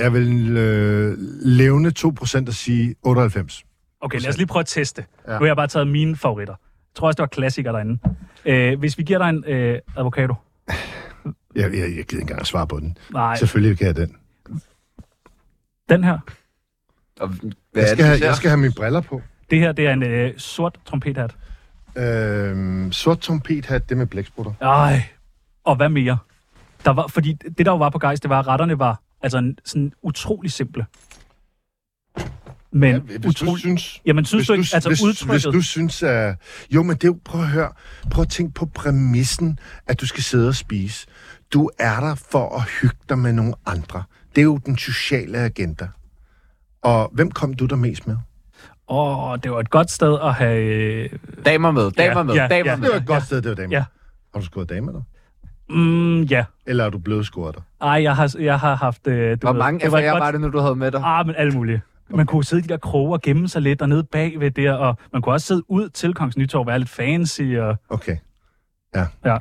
[SPEAKER 5] Jeg vil øh, levne 2% og sige 98.
[SPEAKER 2] Okay, lad os lige prøve at teste. Ja.
[SPEAKER 5] Ja.
[SPEAKER 2] Nu har jeg bare taget mine favoritter. Jeg tror også, det var klassikere derinde. Øh, hvis vi giver dig en øh, avocado.
[SPEAKER 5] Jeg, jeg, jeg gider ikke engang at svare på den.
[SPEAKER 2] Nej,
[SPEAKER 5] Selvfølgelig kan jeg den.
[SPEAKER 2] den her.
[SPEAKER 1] Og, hvad
[SPEAKER 5] Jeg skal,
[SPEAKER 1] er
[SPEAKER 5] have,
[SPEAKER 1] det,
[SPEAKER 5] jeg skal have mine briller på.
[SPEAKER 2] Det her, det er en øh, sort trompethat.
[SPEAKER 5] Øhm, sort trompethat, det med blæksprutter.
[SPEAKER 2] Ej, og hvad mere? Der var, fordi det, der jo var på Geist, det var, at retterne var altså en, sådan utrolig simple. Men ja,
[SPEAKER 5] Hvis du
[SPEAKER 2] utrolig...
[SPEAKER 5] synes...
[SPEAKER 2] Jamen, synes du ikke, altså
[SPEAKER 5] hvis,
[SPEAKER 2] udtrykket...
[SPEAKER 5] Hvis du synes, at... Jo, men det er jo... Prøv at høre. Prøv at tænke på præmissen, at du skal sidde og spise. Du er der for at hygge dig med nogle andre. Det er jo den sociale agenda. Og hvem kom du der mest med?
[SPEAKER 2] Åh, det var et godt sted at have... Øh,
[SPEAKER 1] Damer med, damer
[SPEAKER 2] Ja,
[SPEAKER 1] med,
[SPEAKER 2] ja,
[SPEAKER 1] damer
[SPEAKER 2] ja.
[SPEAKER 1] med.
[SPEAKER 5] Det var et godt sted, det var damer.
[SPEAKER 2] Ja.
[SPEAKER 5] Har du skåret damer der?
[SPEAKER 2] mm, ja.
[SPEAKER 5] Eller er du blevet skåret der?
[SPEAKER 2] Ej, jeg har, jeg har haft... Øh, du
[SPEAKER 1] Hvor
[SPEAKER 2] ved,
[SPEAKER 1] mange
[SPEAKER 2] det var et
[SPEAKER 1] affærer
[SPEAKER 2] godt
[SPEAKER 1] var det nu, du havde med dig?
[SPEAKER 2] Ah, men alle mulige. Man kunne sidde i de der kroge og gemme sig lidt dernede bagved der, og man kunne også sidde ud til Kongens Nytorv og være lidt fancy. Og...
[SPEAKER 5] Okay. Ja.
[SPEAKER 2] Ja.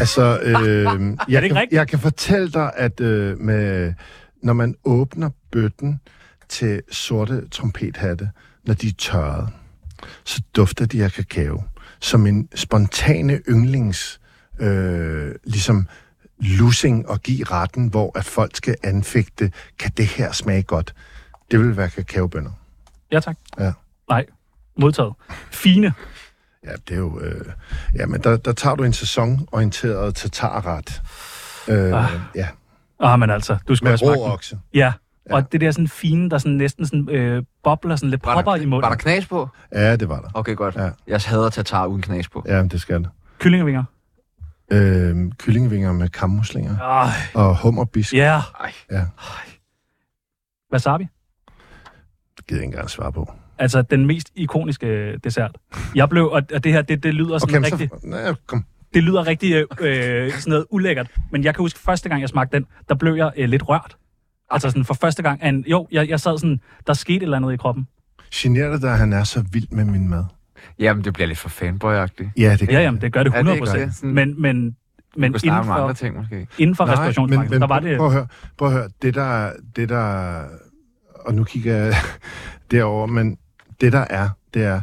[SPEAKER 5] Altså, øh, jeg,
[SPEAKER 2] ikke
[SPEAKER 5] kan,
[SPEAKER 2] rigtigt?
[SPEAKER 5] jeg kan fortælle dig, at øh, med, når man åbner bøtten til sorte trompethatte, når de er tørrede, så dufter de af kakao. Som en spontane yndlings, øh, ligesom lussing og give retten, hvor at folk skal anfægte, kan det her smage godt? Det vil være kakaobønner.
[SPEAKER 2] Ja, tak.
[SPEAKER 5] Ja.
[SPEAKER 2] Nej, modtaget. Fine.
[SPEAKER 5] Ja, det er jo... Øh, ja, men der, der tager du en sæsonorienteret tatarret. Øh,
[SPEAKER 2] Ah.
[SPEAKER 5] Ja,
[SPEAKER 2] Ah, men altså, du skulle
[SPEAKER 5] med
[SPEAKER 2] have smagt
[SPEAKER 5] rå
[SPEAKER 2] den.
[SPEAKER 5] okse.
[SPEAKER 2] Ja, Ja. Og det der sådan fine, der sådan næsten sådan, øh, bobler sådan lidt
[SPEAKER 1] Var
[SPEAKER 2] popper i
[SPEAKER 1] der, var
[SPEAKER 2] munden.
[SPEAKER 1] der knas på?
[SPEAKER 5] Ja, det var der.
[SPEAKER 1] Okay, godt.
[SPEAKER 5] Ja.
[SPEAKER 1] Ja. Jeg hader tatar uden knas på.
[SPEAKER 5] Ja, men det skal der.
[SPEAKER 2] Kyllingevinger.
[SPEAKER 5] Øh, kyllingevinger med kammuslinger
[SPEAKER 2] Ej,
[SPEAKER 5] og hummerbisk.
[SPEAKER 2] Ah,
[SPEAKER 5] Ja.
[SPEAKER 2] ja.
[SPEAKER 1] Ej.
[SPEAKER 5] Ja.
[SPEAKER 2] Ej. Wasabi.
[SPEAKER 5] Det gider jeg ikke engang svare på.
[SPEAKER 2] Altså den mest ikoniske øh, dessert. Jeg blev, og, og det her, det, det lyder sådan
[SPEAKER 5] Okay,
[SPEAKER 2] okay,
[SPEAKER 5] men
[SPEAKER 2] rigtig,
[SPEAKER 5] så... Nej, kom.
[SPEAKER 2] det lyder rigtig øh, øh, sådan noget ulækkert. Men jeg kan huske, første gang jeg smagte den, der blev jeg øh, lidt rørt. Altså sådan for første gang. And, jo, jeg, jeg sad sådan, der skete et eller andet i kroppen.
[SPEAKER 5] Generer det dig, at han er så vild med min mad?
[SPEAKER 1] Jamen, det bliver lidt for fanboy-agtigt.
[SPEAKER 5] Ja, det
[SPEAKER 2] Ja, jamen, det gør det
[SPEAKER 1] Er det ikke
[SPEAKER 2] 100%. Ja,
[SPEAKER 1] det?
[SPEAKER 2] det
[SPEAKER 1] Sådan-
[SPEAKER 2] men, men,
[SPEAKER 1] Men
[SPEAKER 2] men
[SPEAKER 1] du kan
[SPEAKER 2] inden
[SPEAKER 1] snakke om andre
[SPEAKER 2] for,
[SPEAKER 1] ting, måske.
[SPEAKER 2] inden for
[SPEAKER 5] men, men
[SPEAKER 2] restaurationsbranchen, der var det...
[SPEAKER 5] prøv, at høre, prøv at høre, det der, det der, og nu kigger jeg derover, men det der er, det er,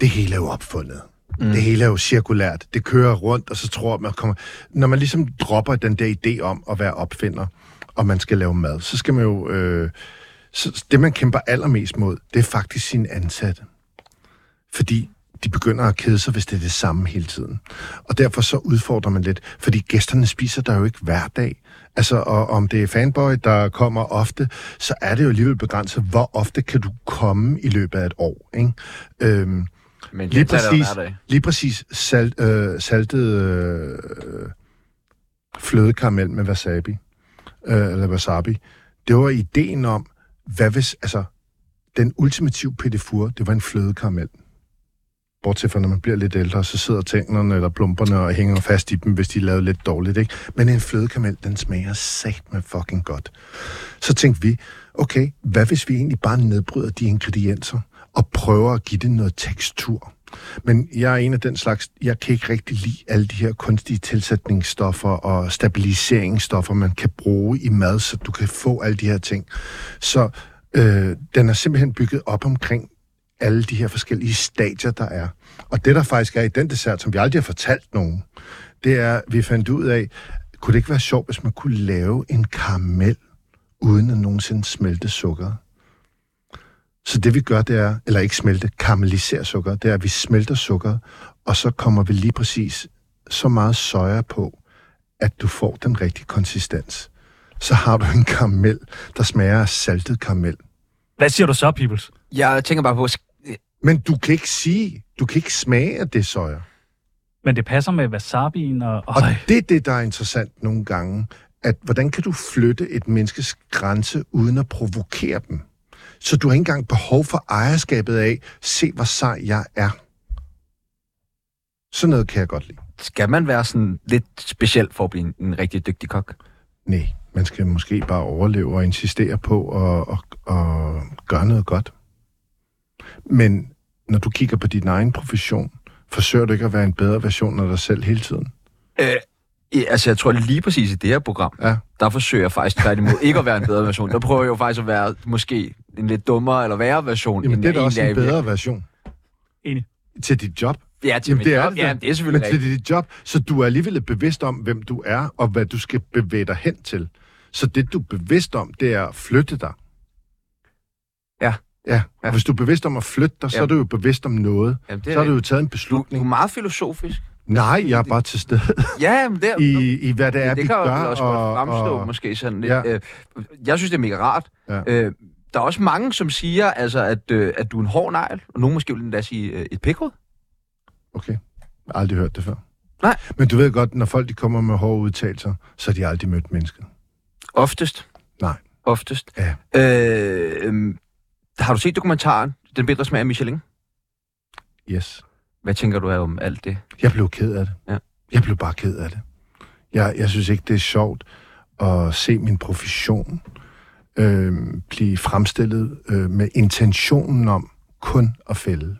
[SPEAKER 5] det hele er jo opfundet. Mm. Det hele er jo cirkulært. Det kører rundt, og så tror man, kommer... Når man ligesom dropper den der idé om at være opfinder, og man skal lave mad, så skal man jo... Øh, så det, man kæmper allermest mod, det er faktisk sine ansatte. Fordi de begynder at kede sig, hvis det er det samme hele tiden. Og derfor så udfordrer man lidt, fordi gæsterne spiser der jo ikke hver dag. Altså, og om det er fanboy, der kommer ofte, så er det jo alligevel begrænset, hvor ofte kan du komme i løbet af et år, ikke? Øhm,
[SPEAKER 1] Men
[SPEAKER 5] lige,
[SPEAKER 1] Jens er der jo
[SPEAKER 5] præcis,
[SPEAKER 1] hver dag.
[SPEAKER 5] lige præcis salt, øh, saltet øh, flødekaramel med wasabi, øh, eller wasabi, det var ideen om, hvad hvis, altså, den ultimative pittifur, det var en flødekaramel. Bortset fra, når man bliver lidt ældre, så sidder tænderne eller plumperne og hænger fast i dem, hvis de er lavet lidt dårligt, ikke? Men en flødekaramel, den smager satme fucking godt. Så tænkte vi, okay, hvad hvis vi egentlig bare nedbryder de ingredienser og prøver at give det noget tekstur? Men jeg er en af den slags, jeg kan ikke rigtig lide alle de her kunstige tilsætningsstoffer og stabiliseringsstoffer, man kan bruge i mad, så du kan få alle de her ting. Så øh, den er simpelthen bygget op omkring alle de her forskellige stadier, der er. Og det, der faktisk er i den dessert, som vi aldrig har fortalt nogen, det er, vi fandt ud af, kunne det ikke være sjovt, hvis man kunne lave en karamel uden at nogensinde smelte sukkeret? Så det vi gør, det er, eller ikke smelte, karamellisere sukkeret, det er, at vi smelter sukkeret, og så kommer vi lige præcis så meget soja på, at du får den rigtige konsistens. Så har du en karamel, der smager af saltet karamel.
[SPEAKER 2] Hvad siger du så, Peoples?
[SPEAKER 1] Jeg tænker bare på... sk-
[SPEAKER 5] Men du kan ikke sige, du kan ikke smage, at det er soja.
[SPEAKER 2] Men det passer med wasabien og...
[SPEAKER 5] Og
[SPEAKER 2] Øj,
[SPEAKER 5] det er det, der er interessant nogle gange, at hvordan kan du flytte et menneskes grænse uden at provokere dem? Så du har ikke engang behov for ejerskabet af, se hvor sej jeg er. Sådan noget kan jeg godt lide.
[SPEAKER 1] Skal man være sådan lidt speciel for at blive en, en rigtig dygtig kok?
[SPEAKER 5] Nej, man skal måske bare overleve og insistere på at, at, at gøre noget godt. Men når du kigger på din egen profession, forsøger du ikke at være en bedre version af dig selv hele tiden?
[SPEAKER 1] Øh, ja, altså, jeg tror lige præcis i det her program,
[SPEAKER 5] Ja.
[SPEAKER 1] der forsøger jeg faktisk tværtimod ikke at være en bedre version. Der prøver jeg jo faktisk at være måske en lidt dummere eller værre version.
[SPEAKER 5] Jamen,
[SPEAKER 1] end
[SPEAKER 5] det er
[SPEAKER 1] jeg
[SPEAKER 5] da også
[SPEAKER 1] egentlig i
[SPEAKER 5] en
[SPEAKER 1] virkeligheden.
[SPEAKER 5] bedre version.
[SPEAKER 2] Enig.
[SPEAKER 5] Til dit job.
[SPEAKER 1] Ja, til
[SPEAKER 5] Jamen,
[SPEAKER 1] mit
[SPEAKER 5] det er
[SPEAKER 1] job.
[SPEAKER 5] det da.
[SPEAKER 1] ja, det er
[SPEAKER 5] Men
[SPEAKER 1] selvfølgelig
[SPEAKER 5] til
[SPEAKER 1] rigtigt.
[SPEAKER 5] dit job, så du er alligevel bevidst om, hvem du er, og hvad du skal bevæge dig hen til. Så det, du er bevidst om, det er at flytte dig.
[SPEAKER 1] Ja.
[SPEAKER 5] Ja,
[SPEAKER 1] Ja.
[SPEAKER 5] og hvis du er bevidst om at flytte dig, så er
[SPEAKER 1] Jamen.
[SPEAKER 5] du jo bevidst om noget.
[SPEAKER 1] Jamen, det er
[SPEAKER 5] Så har du
[SPEAKER 1] rigtigt.
[SPEAKER 5] jo taget en
[SPEAKER 1] du, du er
[SPEAKER 5] beslutning.
[SPEAKER 1] meget filosofisk.
[SPEAKER 5] Nej, jeg er bare til stede
[SPEAKER 1] Ja, men det er...
[SPEAKER 5] i, i hvad det er, vi
[SPEAKER 1] det kan jo
[SPEAKER 5] gør.
[SPEAKER 1] også godt fremstå og, måske sådan lidt.
[SPEAKER 5] Ja.
[SPEAKER 1] Ja. Øh, jeg synes, det er mega rart.
[SPEAKER 5] Ja.
[SPEAKER 1] Ja. Øh, der er også mange, som siger, altså, at, øh, at du er en hård negl, og nogen måske vil endda sige øh, et pikhoved.
[SPEAKER 5] Okay, jeg har aldrig hørt det før.
[SPEAKER 1] Nej.
[SPEAKER 5] Men du ved godt, når folk de kommer med hårde udtalelser, så har de aldrig mødt mennesket.
[SPEAKER 1] Oftest.
[SPEAKER 5] Nej.
[SPEAKER 1] Oftest.
[SPEAKER 5] Ja.
[SPEAKER 1] Øh, øhm, har du set dokumentaren, Den bedre smag af Michelin?
[SPEAKER 5] Yes.
[SPEAKER 1] Hvad tænker du her om alt det?
[SPEAKER 5] Jeg blev ked af det.
[SPEAKER 1] Ja.
[SPEAKER 5] Jeg blev bare ked af det. Jeg, jeg synes ikke, det er sjovt at se min profession øh, blive fremstillet øh, med intentionen om kun at fælde.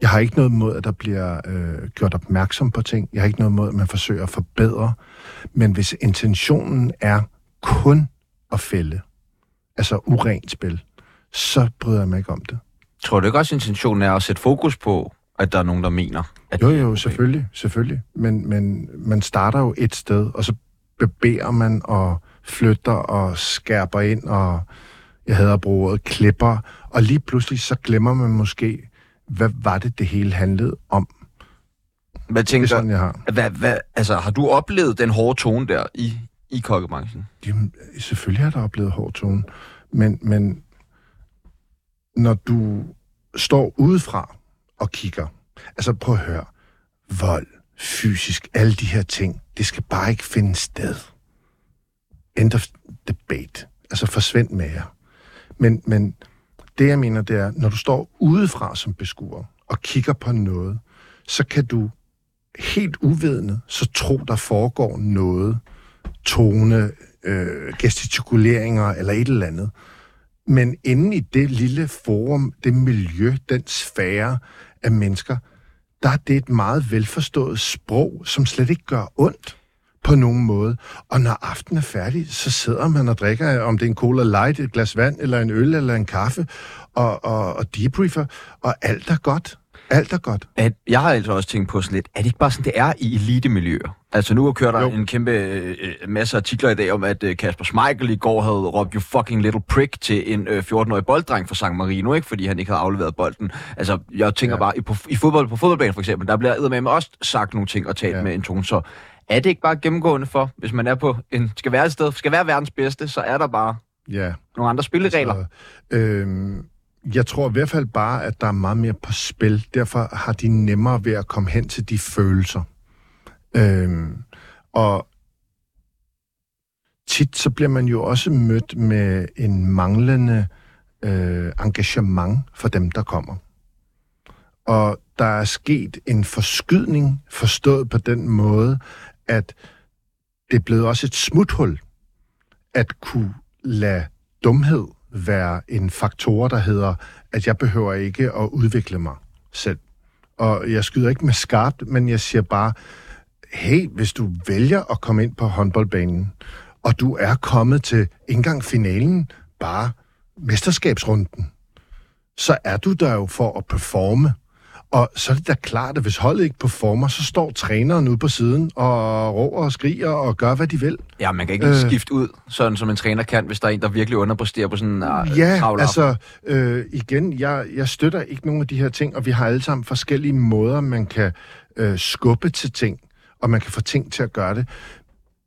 [SPEAKER 5] Jeg har ikke noget mod, at der bliver øh, gjort opmærksom på ting. Jeg har ikke noget mod, at man forsøger at forbedre. Men hvis intentionen er kun at fælde, altså urent spil, så bryder jeg mig ikke om det.
[SPEAKER 1] Tror du ikke også, intentionen er at sætte fokus på, at der er nogen, der mener? At
[SPEAKER 5] Jo,
[SPEAKER 1] det er et
[SPEAKER 5] jo,
[SPEAKER 1] problem?
[SPEAKER 5] selvfølgelig, selvfølgelig. Men, men man starter jo et sted, og så bebærer man og flytter og skærper ind, og jeg hader at bruge ordet klipper, og lige pludselig så glemmer man måske, hvad var det, det hele handlede om?
[SPEAKER 1] Hvad
[SPEAKER 5] Det er
[SPEAKER 1] tænker,
[SPEAKER 5] sådan, jeg har.
[SPEAKER 1] Hvad, hvad, altså, har du oplevet den hårde tone der i, i kokkebranchen?
[SPEAKER 5] Jamen, selvfølgelig har der oplevet hård tone, men, men når du står udefra og kigger, altså prøv at høre, vold, fysisk, alle de her ting, det skal bare ikke finde sted. End of debate. Altså forsvind med jer. Men, men det jeg mener, det er, når du står udefra som beskuer og kigger på noget, så kan du helt uvidende, så tro, der foregår noget, tone, øh, gestikuleringer eller et eller andet. Men inden i det lille forum, det miljø, den sfære af mennesker, der er det et meget velforstået sprog, som slet ikke gør ondt på nogen måde. Og når aftenen er færdig, så sidder man og drikker, om det er en cola light, et glas vand, eller en øl, eller en kaffe, og, og, og debriefer, og alt er godt. Alt er godt.
[SPEAKER 1] At, jeg har altså også tænkt på sådan lidt, er det ikke bare sådan, det er i elitemiljøer? Altså nu kører der
[SPEAKER 5] Jo.
[SPEAKER 1] en kæmpe øh, øh, masse artikler i dag om, at øh, Kasper Schmeichel i går havde råbt you fucking little prick til en øh, 14-årig bolddreng fra San Marino, ikke? fordi han ikke havde afleveret bolden. Altså jeg tænker ja.
[SPEAKER 5] Ja.
[SPEAKER 1] bare, i, på, i fodbold, på fodboldbanen for eksempel, der bliver med også sagt nogle ting og talt ja.
[SPEAKER 5] Ja.
[SPEAKER 1] med en tone, så er det ikke bare gennemgående for, hvis man er på en, skal være et sted, skal være verdens bedste, så er der bare
[SPEAKER 5] Ja.
[SPEAKER 1] nogle andre spilleregler.
[SPEAKER 5] Altså, Så, øhm, jeg tror i hvert fald bare, at der er meget mere på spil. Derfor har de nemmere ved at komme hen til de følelser. Øhm, og tit så bliver man jo også mødt med en manglende øh, engagement for dem, der kommer. Og der er sket en forskydning, forstået på den måde, at det er blevet også et smuthul at kunne lade dumhed være en faktor, der hedder, at jeg behøver ikke at udvikle mig selv. Og jeg skyder ikke med skarpt, men jeg siger bare, hey, hvis du vælger at komme ind på håndboldbanen, og du er kommet til ikke engang finalen, bare mesterskabsrunden, så er du der jo for at performe. Og så er det da klart, at hvis holdet ikke performer, så står træneren ude på siden og råber og skriger og gør, hvad de vil.
[SPEAKER 1] Ja, man kan ikke lige
[SPEAKER 5] Øh.
[SPEAKER 1] skifte ud, sådan som en træner kan, hvis der er en, der virkelig underpresterer på sådan en uh,
[SPEAKER 5] Ja,
[SPEAKER 1] travl
[SPEAKER 5] altså øh, igen, jeg, jeg støtter ikke nogen af de her ting, og vi har alle sammen forskellige måder, man kan øh, skubbe til ting, og man kan få ting til at gøre det.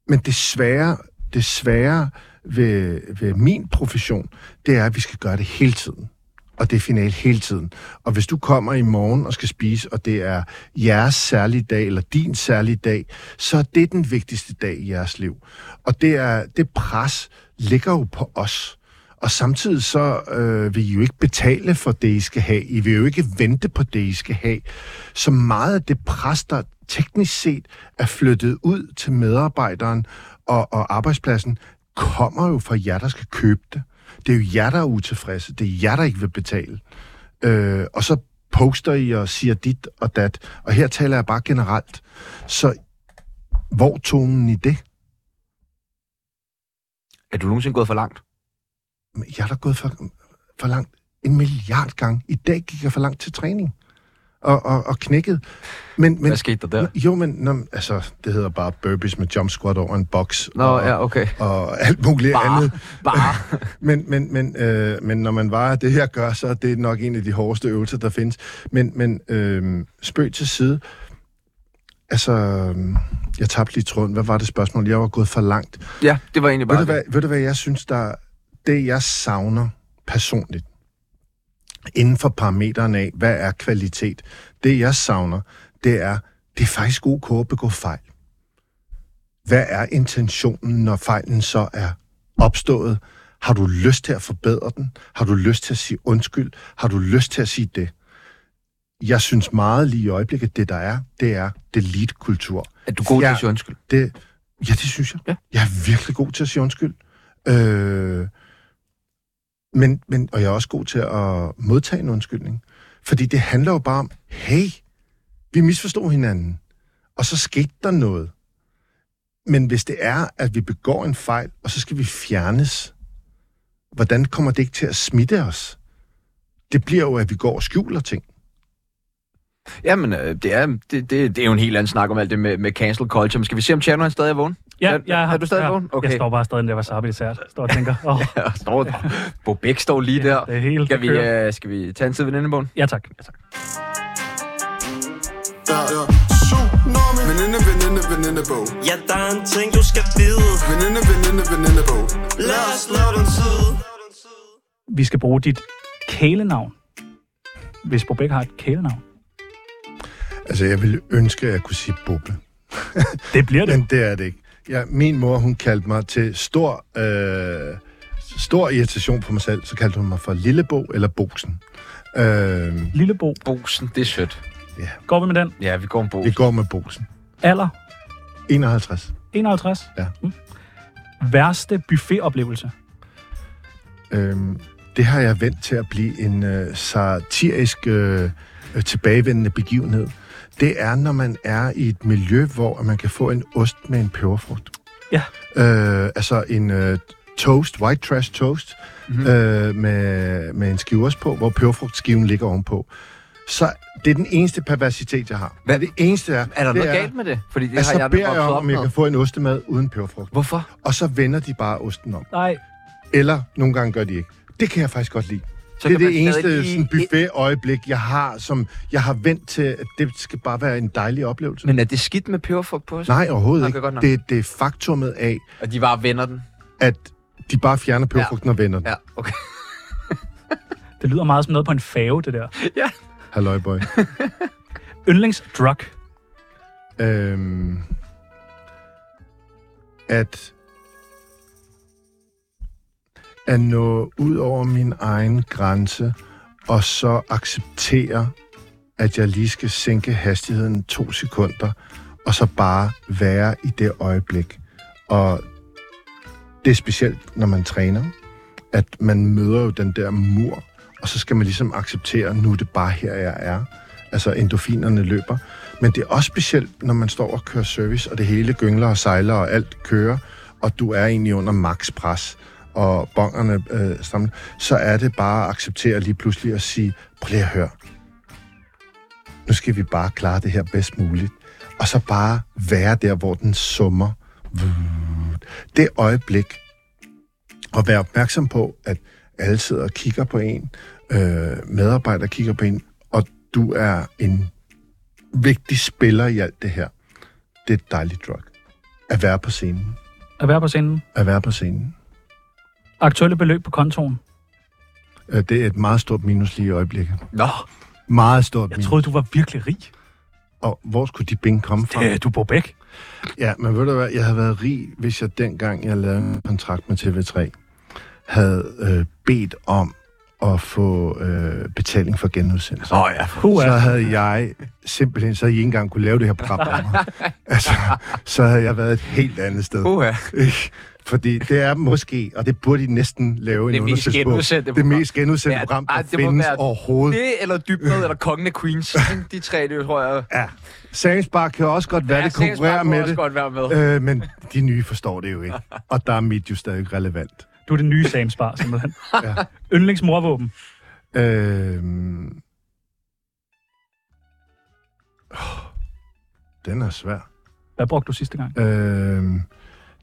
[SPEAKER 5] Men det svære, det svære ved, ved min profession, det er, at vi skal gøre det hele tiden. Og det er final hele tiden. Og hvis du kommer i morgen og skal spise, og det er jeres særlige dag, eller din særlige dag, så er det den vigtigste dag i jeres liv. Og det, er, det pres ligger jo på os. Og samtidig så øh, vil I jo ikke betale for det, I skal have. I vil jo ikke vente på det, I skal have. Så meget af det pres, der teknisk set er flyttet ud til medarbejderen og, og arbejdspladsen, kommer jo fra jer, der skal købe det. Det er jo jer, der er utilfredse. Det er jer, der ikke vil betale. Øh, og så poster I og siger dit og dat. Og her taler jeg bare generelt. Så hvor er tonen i det?
[SPEAKER 1] Er du nogensinde gået for langt?
[SPEAKER 5] Men jeg er da gået for, for langt en milliard gang. I dag gik jeg for langt til træning. Og, og, og knækket. Men,
[SPEAKER 1] Men,
[SPEAKER 5] men,
[SPEAKER 1] Hvad skete der der?
[SPEAKER 5] jo, men nå, men, altså, det hedder bare burpees med jump squat over en boks.
[SPEAKER 1] Nå,
[SPEAKER 5] og,
[SPEAKER 1] ja, okay.
[SPEAKER 5] og alt muligt
[SPEAKER 1] Bare.
[SPEAKER 5] andet.
[SPEAKER 1] Bare.
[SPEAKER 5] Men, men, men, øh, men når man vejer det her gør, så er det nok en af de hårdeste øvelser, der findes. Men, men øh, spøg til side. Altså, øh, jeg tabte lige tråden. Hvad var det spørgsmål? Jeg var gået for langt.
[SPEAKER 1] ja, det var egentlig bare
[SPEAKER 5] Ved du,
[SPEAKER 1] det.
[SPEAKER 5] hvad, ved du hvad, jeg synes, der det jeg savner personligt, inden for parametrene af, hvad er kvalitet, det jeg savner, det er, det er faktisk ok at begå fejl. Hvad er intentionen, når fejlen så er opstået? Har du lyst til at forbedre den? Har du lyst til at sige undskyld? Har du lyst til at sige det? Jeg synes meget lige i øjeblikket, det der er, det er delete-kultur.
[SPEAKER 1] Er du god til
[SPEAKER 5] Ja.
[SPEAKER 1] at sige undskyld?
[SPEAKER 5] Det, ja, det synes jeg.
[SPEAKER 1] Ja.
[SPEAKER 5] Jeg er virkelig god til at sige undskyld. Øh, men, men, og jeg er også god til at modtage en undskyldning. Fordi det handler jo bare om, hey, vi misforstod hinanden, og så skete der noget. Men hvis det er, at vi begår en fejl, og så skal vi fjernes, hvordan kommer det ikke til at smitte os? Det bliver jo, at vi går og skjuler ting.
[SPEAKER 1] Jamen, øh, det er, det, det, det er jo en helt anden snak om alt det med, med cancel culture. Men skal vi se, om Tjerno han stadig er vågen?
[SPEAKER 2] Ja,
[SPEAKER 1] Er-
[SPEAKER 2] jeg har,
[SPEAKER 1] er du stadig
[SPEAKER 2] jeg,
[SPEAKER 1] vågen? Okay.
[SPEAKER 2] Jeg står bare stadig i den der wasabi-dessert. Står og tænker, åh, oh,
[SPEAKER 1] Jeg står, Bo Bæk står lige der.
[SPEAKER 2] det er helt
[SPEAKER 1] Skal vi,
[SPEAKER 2] kører.
[SPEAKER 1] øh, skal vi tage en tid ved denne bogen?
[SPEAKER 2] Ja tak, ja tak.
[SPEAKER 6] Tsunami
[SPEAKER 8] Veninde, veninde, venindebog.
[SPEAKER 6] Ja, der er en ting, du skal vide
[SPEAKER 8] Veninde, veninde, venindebog.
[SPEAKER 6] Lad os lave den tid
[SPEAKER 2] Vi skal bruge dit kælenavn. Hvis Bobæk har et kælenavn.
[SPEAKER 5] Altså, jeg ville ønske, at jeg kunne sige Bubbe.
[SPEAKER 2] Det bliver det.
[SPEAKER 5] Men det er det ikke. Ja, min mor, hun kaldte mig til stor, øh, stor irritation på mig selv, så kaldte hun mig for Lillebo eller Bosen. Øh,
[SPEAKER 2] Lillebo.
[SPEAKER 1] Bosen, det er sødt.
[SPEAKER 2] Går vi med den?
[SPEAKER 1] Ja, vi går en
[SPEAKER 5] vi
[SPEAKER 1] bosen.
[SPEAKER 5] går med Bosen.
[SPEAKER 2] Alder?
[SPEAKER 5] 51.
[SPEAKER 2] 51?
[SPEAKER 5] Ja.
[SPEAKER 2] Mm. Værste buffetoplevelse?
[SPEAKER 5] Øh, det har jeg vendt til at blive en øh, satirisk øh, øh, tilbagevendende begivenhed. Det er, når man er i et miljø, hvor man kan få en ost med en peberfrugt.
[SPEAKER 2] Ja.
[SPEAKER 5] Øh, altså en øh, toast, white trash toast, mm-hmm. øh, med, med en skive ost på, hvor peberfrugtskiven ligger ovenpå. Så det er den eneste perversitet, jeg har.
[SPEAKER 1] Hvad-
[SPEAKER 5] Det eneste er...
[SPEAKER 1] Er der
[SPEAKER 5] det
[SPEAKER 1] noget galt med det? Fordi det
[SPEAKER 5] at
[SPEAKER 1] har
[SPEAKER 5] så
[SPEAKER 1] jeg
[SPEAKER 5] beder jeg
[SPEAKER 1] vokset
[SPEAKER 5] om,
[SPEAKER 1] op
[SPEAKER 5] om jeg
[SPEAKER 1] med.
[SPEAKER 5] kan få en ostemad uden peberfrugt.
[SPEAKER 1] Hvorfor?
[SPEAKER 5] Og så vender de bare osten om.
[SPEAKER 2] Nej,
[SPEAKER 5] Eller nogle gange gør de ikke. Det kan jeg faktisk godt lide.
[SPEAKER 1] Så
[SPEAKER 5] Så det er
[SPEAKER 1] kan man
[SPEAKER 5] det eneste
[SPEAKER 1] stadig lige-
[SPEAKER 5] sådan, buffet-øjeblik, jeg har, som jeg har vendt til, at det skal bare være en dejlig oplevelse. Men,
[SPEAKER 1] Men er det skidt med peberfrugt på os?
[SPEAKER 5] Nej, overhovedet
[SPEAKER 1] Nå,
[SPEAKER 5] ikke.
[SPEAKER 1] okay, godt nok.
[SPEAKER 5] Det, det er faktummet af,
[SPEAKER 1] Og de bare vender den?
[SPEAKER 5] at de bare fjerner peberfrugten ja. og vender den. Ja.
[SPEAKER 1] Ja, okay.
[SPEAKER 2] det lyder meget som noget på en fave, det der.
[SPEAKER 5] Halløj, boy.
[SPEAKER 2] Yndlingsdrug.
[SPEAKER 5] øhm, at at nå ud over min egen grænse, og så acceptere, at jeg lige skal sænke hastigheden to sekunder, og så bare være i det øjeblik. Og det er specielt, når man træner, at man møder jo den der mur, og så skal man ligesom acceptere, nu er det bare her, jeg er. Altså endorfinerne løber. Men det er også specielt, når man står og kører service, og det hele gyngler og sejler, og alt kører, og du er egentlig under max pres, og bongerne øh, stammer, så er det bare at acceptere lige pludselig at sige, prøv lige at høre, nu skal vi bare klare det her bedst muligt. Og så bare være der, hvor den summer. Det øjeblik. Og være opmærksom på, at alle sidder og kigger på en. Øh, medarbejdere kigger på en. Og du er en vigtig spiller i alt det her. Det er et dejligt drug. At være på scenen.
[SPEAKER 2] At være på scenen.
[SPEAKER 5] At være på scenen.
[SPEAKER 2] Aktuelle beløb på kontoen.
[SPEAKER 5] Øh, Det er et meget stort minus lige i øjeblikket.
[SPEAKER 1] Nå,
[SPEAKER 5] Meget stort
[SPEAKER 2] Jeg
[SPEAKER 5] minus.
[SPEAKER 2] troede, du var virkelig rig.
[SPEAKER 5] Og hvor skulle de penge komme fra?
[SPEAKER 2] Det er du, Bobæk.
[SPEAKER 5] Ja, men ved du hvad, jeg havde været rig, hvis jeg dengang, jeg lavede en kontrakt med TV3, havde øh, bedt om at få øh, betaling for genudsendelser.
[SPEAKER 1] Åh, ja.
[SPEAKER 5] Så
[SPEAKER 2] Puha.
[SPEAKER 5] havde jeg simpelthen, så havde I ikke engang kunne lave det her program. om mig. altså, så havde jeg været et helt andet sted.
[SPEAKER 1] Puha.
[SPEAKER 5] Ikke? Fordi det er måske, og det burde de næsten lave
[SPEAKER 1] Det
[SPEAKER 5] en
[SPEAKER 1] mest
[SPEAKER 5] undersøgelse på.
[SPEAKER 1] genudsendte
[SPEAKER 5] Det
[SPEAKER 1] program.
[SPEAKER 5] mest genudsendte
[SPEAKER 1] Ja,
[SPEAKER 5] program, der
[SPEAKER 1] ej,
[SPEAKER 5] Ej,
[SPEAKER 1] det må
[SPEAKER 5] findes
[SPEAKER 1] være-
[SPEAKER 5] overhovedet.
[SPEAKER 1] Det eller Dybnød eller Kongen af Queens. De tre, det tror jeg.
[SPEAKER 5] Ja. Sagensbar kan også godt være,
[SPEAKER 1] Ja,
[SPEAKER 5] det
[SPEAKER 1] Sagensbar
[SPEAKER 5] konkurrerer
[SPEAKER 1] kunne
[SPEAKER 5] med
[SPEAKER 1] også
[SPEAKER 5] det.
[SPEAKER 1] godt være med.
[SPEAKER 5] Øh, men de nye forstår det jo ikke. Og der er mit jo stadig relevant.
[SPEAKER 2] Du er det nye Samspar, simpelthen.
[SPEAKER 5] Ja.
[SPEAKER 2] Yndlingsmorvåben.
[SPEAKER 5] Øh, den er svær.
[SPEAKER 2] Hvad brugte du sidste gang?
[SPEAKER 5] Øh,
[SPEAKER 7] Øhm,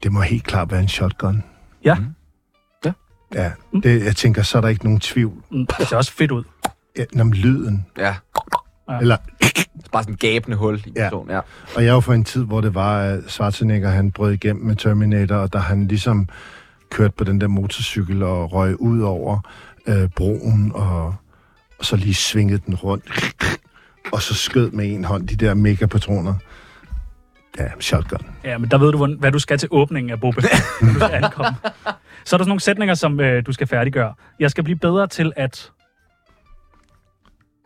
[SPEAKER 5] det må helt klart være en shotgun.
[SPEAKER 2] Ja.
[SPEAKER 5] Mm. Ja. Ja, det, jeg tænker, så er der ikke nogen tvivl.
[SPEAKER 2] Mm, Det ser også fedt ud.
[SPEAKER 5] Ja, om lyden.
[SPEAKER 1] Ja,
[SPEAKER 5] Eller
[SPEAKER 1] bare sådan en gabende hul i
[SPEAKER 5] Ja.
[SPEAKER 1] personen. Ja.
[SPEAKER 5] Og jeg var for en tid, hvor det var, at Schwarzenegger han brød igennem med Terminator, og da han ligesom kørte på den der motorcykel og røg ud over øh, broen, og, og så lige svingede den rundt, og så skød med en hånd de der megapatroner. Ja, shotgun.
[SPEAKER 2] Ja, men der ved du, hvordan- hvad du skal til åbningen af Bobæk, når du skal ankomme. Så er der sådan nogle sætninger, som øh, du skal færdiggøre. Jeg skal blive bedre til at...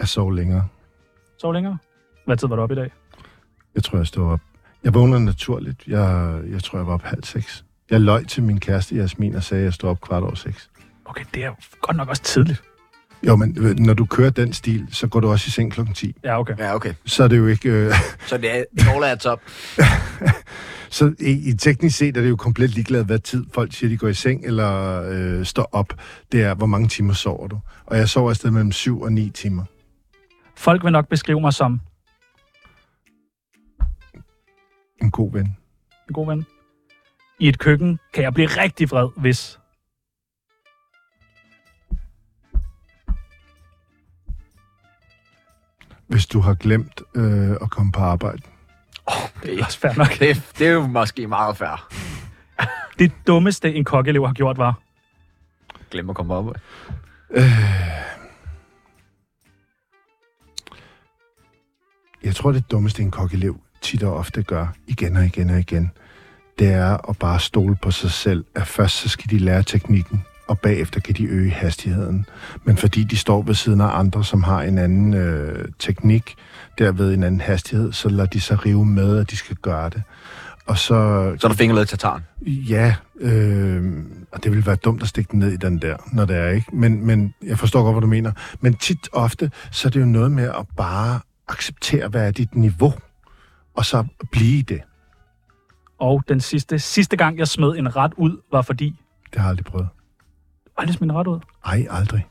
[SPEAKER 5] Jeg sov længere.
[SPEAKER 2] Sove længere. Hvad tid var du oppe i dag?
[SPEAKER 5] Jeg tror, jeg stod op. Jeg vågnede naturligt. Jeg, jeg tror, jeg var op halv seks. Jeg løj til min kæreste Jasmin og sagde, at jeg stod op kvart over seks.
[SPEAKER 2] Okay, det er jo godt nok også tidligt.
[SPEAKER 5] Jo, men øh, når du kører den stil, så går du også i seng klokken 10.
[SPEAKER 2] Ja, okay.
[SPEAKER 1] Ja, okay.
[SPEAKER 5] Så er det jo ikke... Øh,
[SPEAKER 1] Så det er Nola er top.
[SPEAKER 5] Så i, i teknisk set er det jo komplet ligeglad, hvad tid folk siger, de går i seng eller øh, står op. Det er, hvor mange timer sover du. Og jeg sover afsted mellem 7 og 9 timer.
[SPEAKER 2] Folk vil nok beskrive mig som
[SPEAKER 5] En god ven.
[SPEAKER 2] en god ven. I et køkken kan jeg blive rigtig vred, hvis...
[SPEAKER 5] Hvis du har glemt øh, at komme på arbejde.
[SPEAKER 1] Åh, oh,
[SPEAKER 2] Det er også fair nok.
[SPEAKER 1] Det, det er jo måske meget færre.
[SPEAKER 2] Det dummeste, en kokkeelev har gjort, var...
[SPEAKER 1] Glem at komme op.
[SPEAKER 7] Jeg tror, det dummeste en kokkeelev tit og ofte gør, igen og igen og igen, det er at bare stole på sig selv, at først så skal de lære teknikken, og bagefter kan de øge hastigheden. Men fordi de står ved siden af andre, som har en anden øh, teknik, derved en anden hastighed, så lader de sig rive med, at de skal gøre det. Og så
[SPEAKER 1] Så er der fingerled i tataren.
[SPEAKER 7] Ja, øh, og det ville være dumt at stikke den ned i den der, når det er, ikke? Men, men jeg forstår godt, hvad du mener. Men tit ofte, så er det jo noget med at bare acceptere, hvad er dit niveau, og så blive i det.
[SPEAKER 2] Og den sidste, sidste gang, jeg smed en ret ud, var fordi...
[SPEAKER 7] Det har jeg aldrig prøvet.
[SPEAKER 2] Aldrig smed en ret ud.
[SPEAKER 7] Ej, aldrig.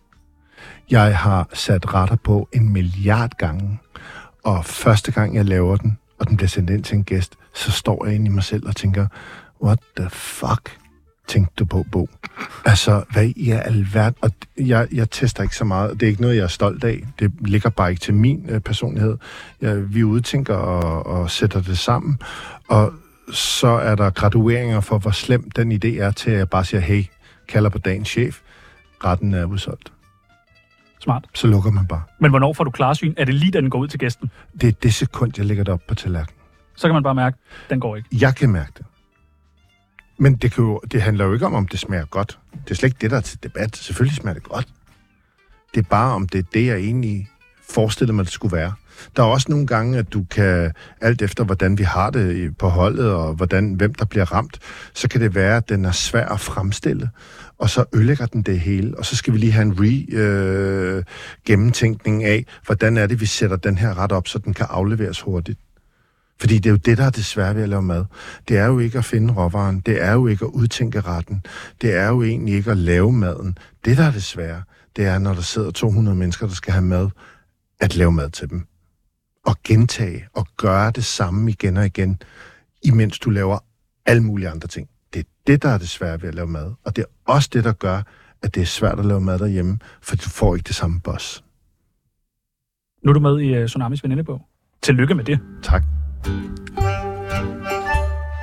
[SPEAKER 7] Jeg har sat retter på en milliard gange, og første gang, jeg laver den, og den bliver sendt ind til en gæst, så står jeg inde i mig selv og tænker, what the fuck tænkte du på, Bo? Altså, hvad i alverden? Og jeg, jeg tester ikke så meget, det er ikke noget, jeg er stolt af. Det ligger bare ikke til min øh, personlighed. Jeg, vi udtænker og, og sætter det sammen, og så er der gradueringer for, hvor slem den idé er, til at jeg bare siger, hey, kalder på dagens chef, retten er udsolgt.
[SPEAKER 2] Smart.
[SPEAKER 7] Så lukker man bare.
[SPEAKER 2] Men hvornår får du klarsyn? Er det lige, da den går ud til gæsten?
[SPEAKER 7] Det er det sekund, jeg lægger det op på tallerkenen.
[SPEAKER 2] Så kan man bare mærke, den går ikke.
[SPEAKER 7] Jeg kan mærke det. Men det, kan jo, det handler jo ikke om, om det smager godt. Det er slet ikke det, der er til debat. Selvfølgelig smager det godt. Det er bare, om det er det, jeg egentlig forestillede mig, det skulle være. Der er også nogle gange, at du kan, alt efter hvordan vi har det i- på holdet, og hvordan, hvem der bliver ramt, så kan det være, at den er svær at fremstille, og så ødelægger den det hele, og så skal vi lige have en re-gennemtænkning af, hvordan er det, vi sætter den her ret op, så den kan afleveres hurtigt. Fordi det er jo det, der er det svære ved at lave mad. Det er jo ikke at finde råvaren. Det er jo ikke at udtænke retten. Det er jo egentlig ikke at lave maden. Det, der er det svære, det er, når der sidder 200 mennesker, der skal have mad, at lave mad til dem. Og gentage og gøre det samme igen og igen, imens du laver alle mulige andre ting. Det er det, der er det svære ved at lave mad. Og det er også det, der gør, at det er svært at lave mad derhjemme, for du får ikke det samme boss.
[SPEAKER 2] Nu er du med i uh, Tsunamis venindebog. Tillykke med det.
[SPEAKER 7] Tak.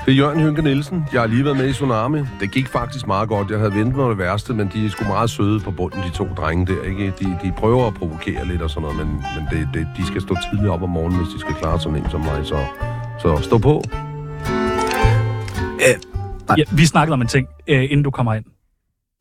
[SPEAKER 5] Det er Jørgen Hynke Nielsen. Jeg har lige været med i Tsunami. Det gik faktisk meget godt. Jeg havde ventet mig det værste, men de er sgu meget søde på bunden, de to drenge der. Ikke? De, de prøver at provokere lidt og sådan noget, men, men det, det, de skal stå tidligt op om morgenen, hvis de skal klare sådan en som mig. Så, så stå på.
[SPEAKER 2] Ja, vi snakkede om en ting, uh, inden du kommer ind.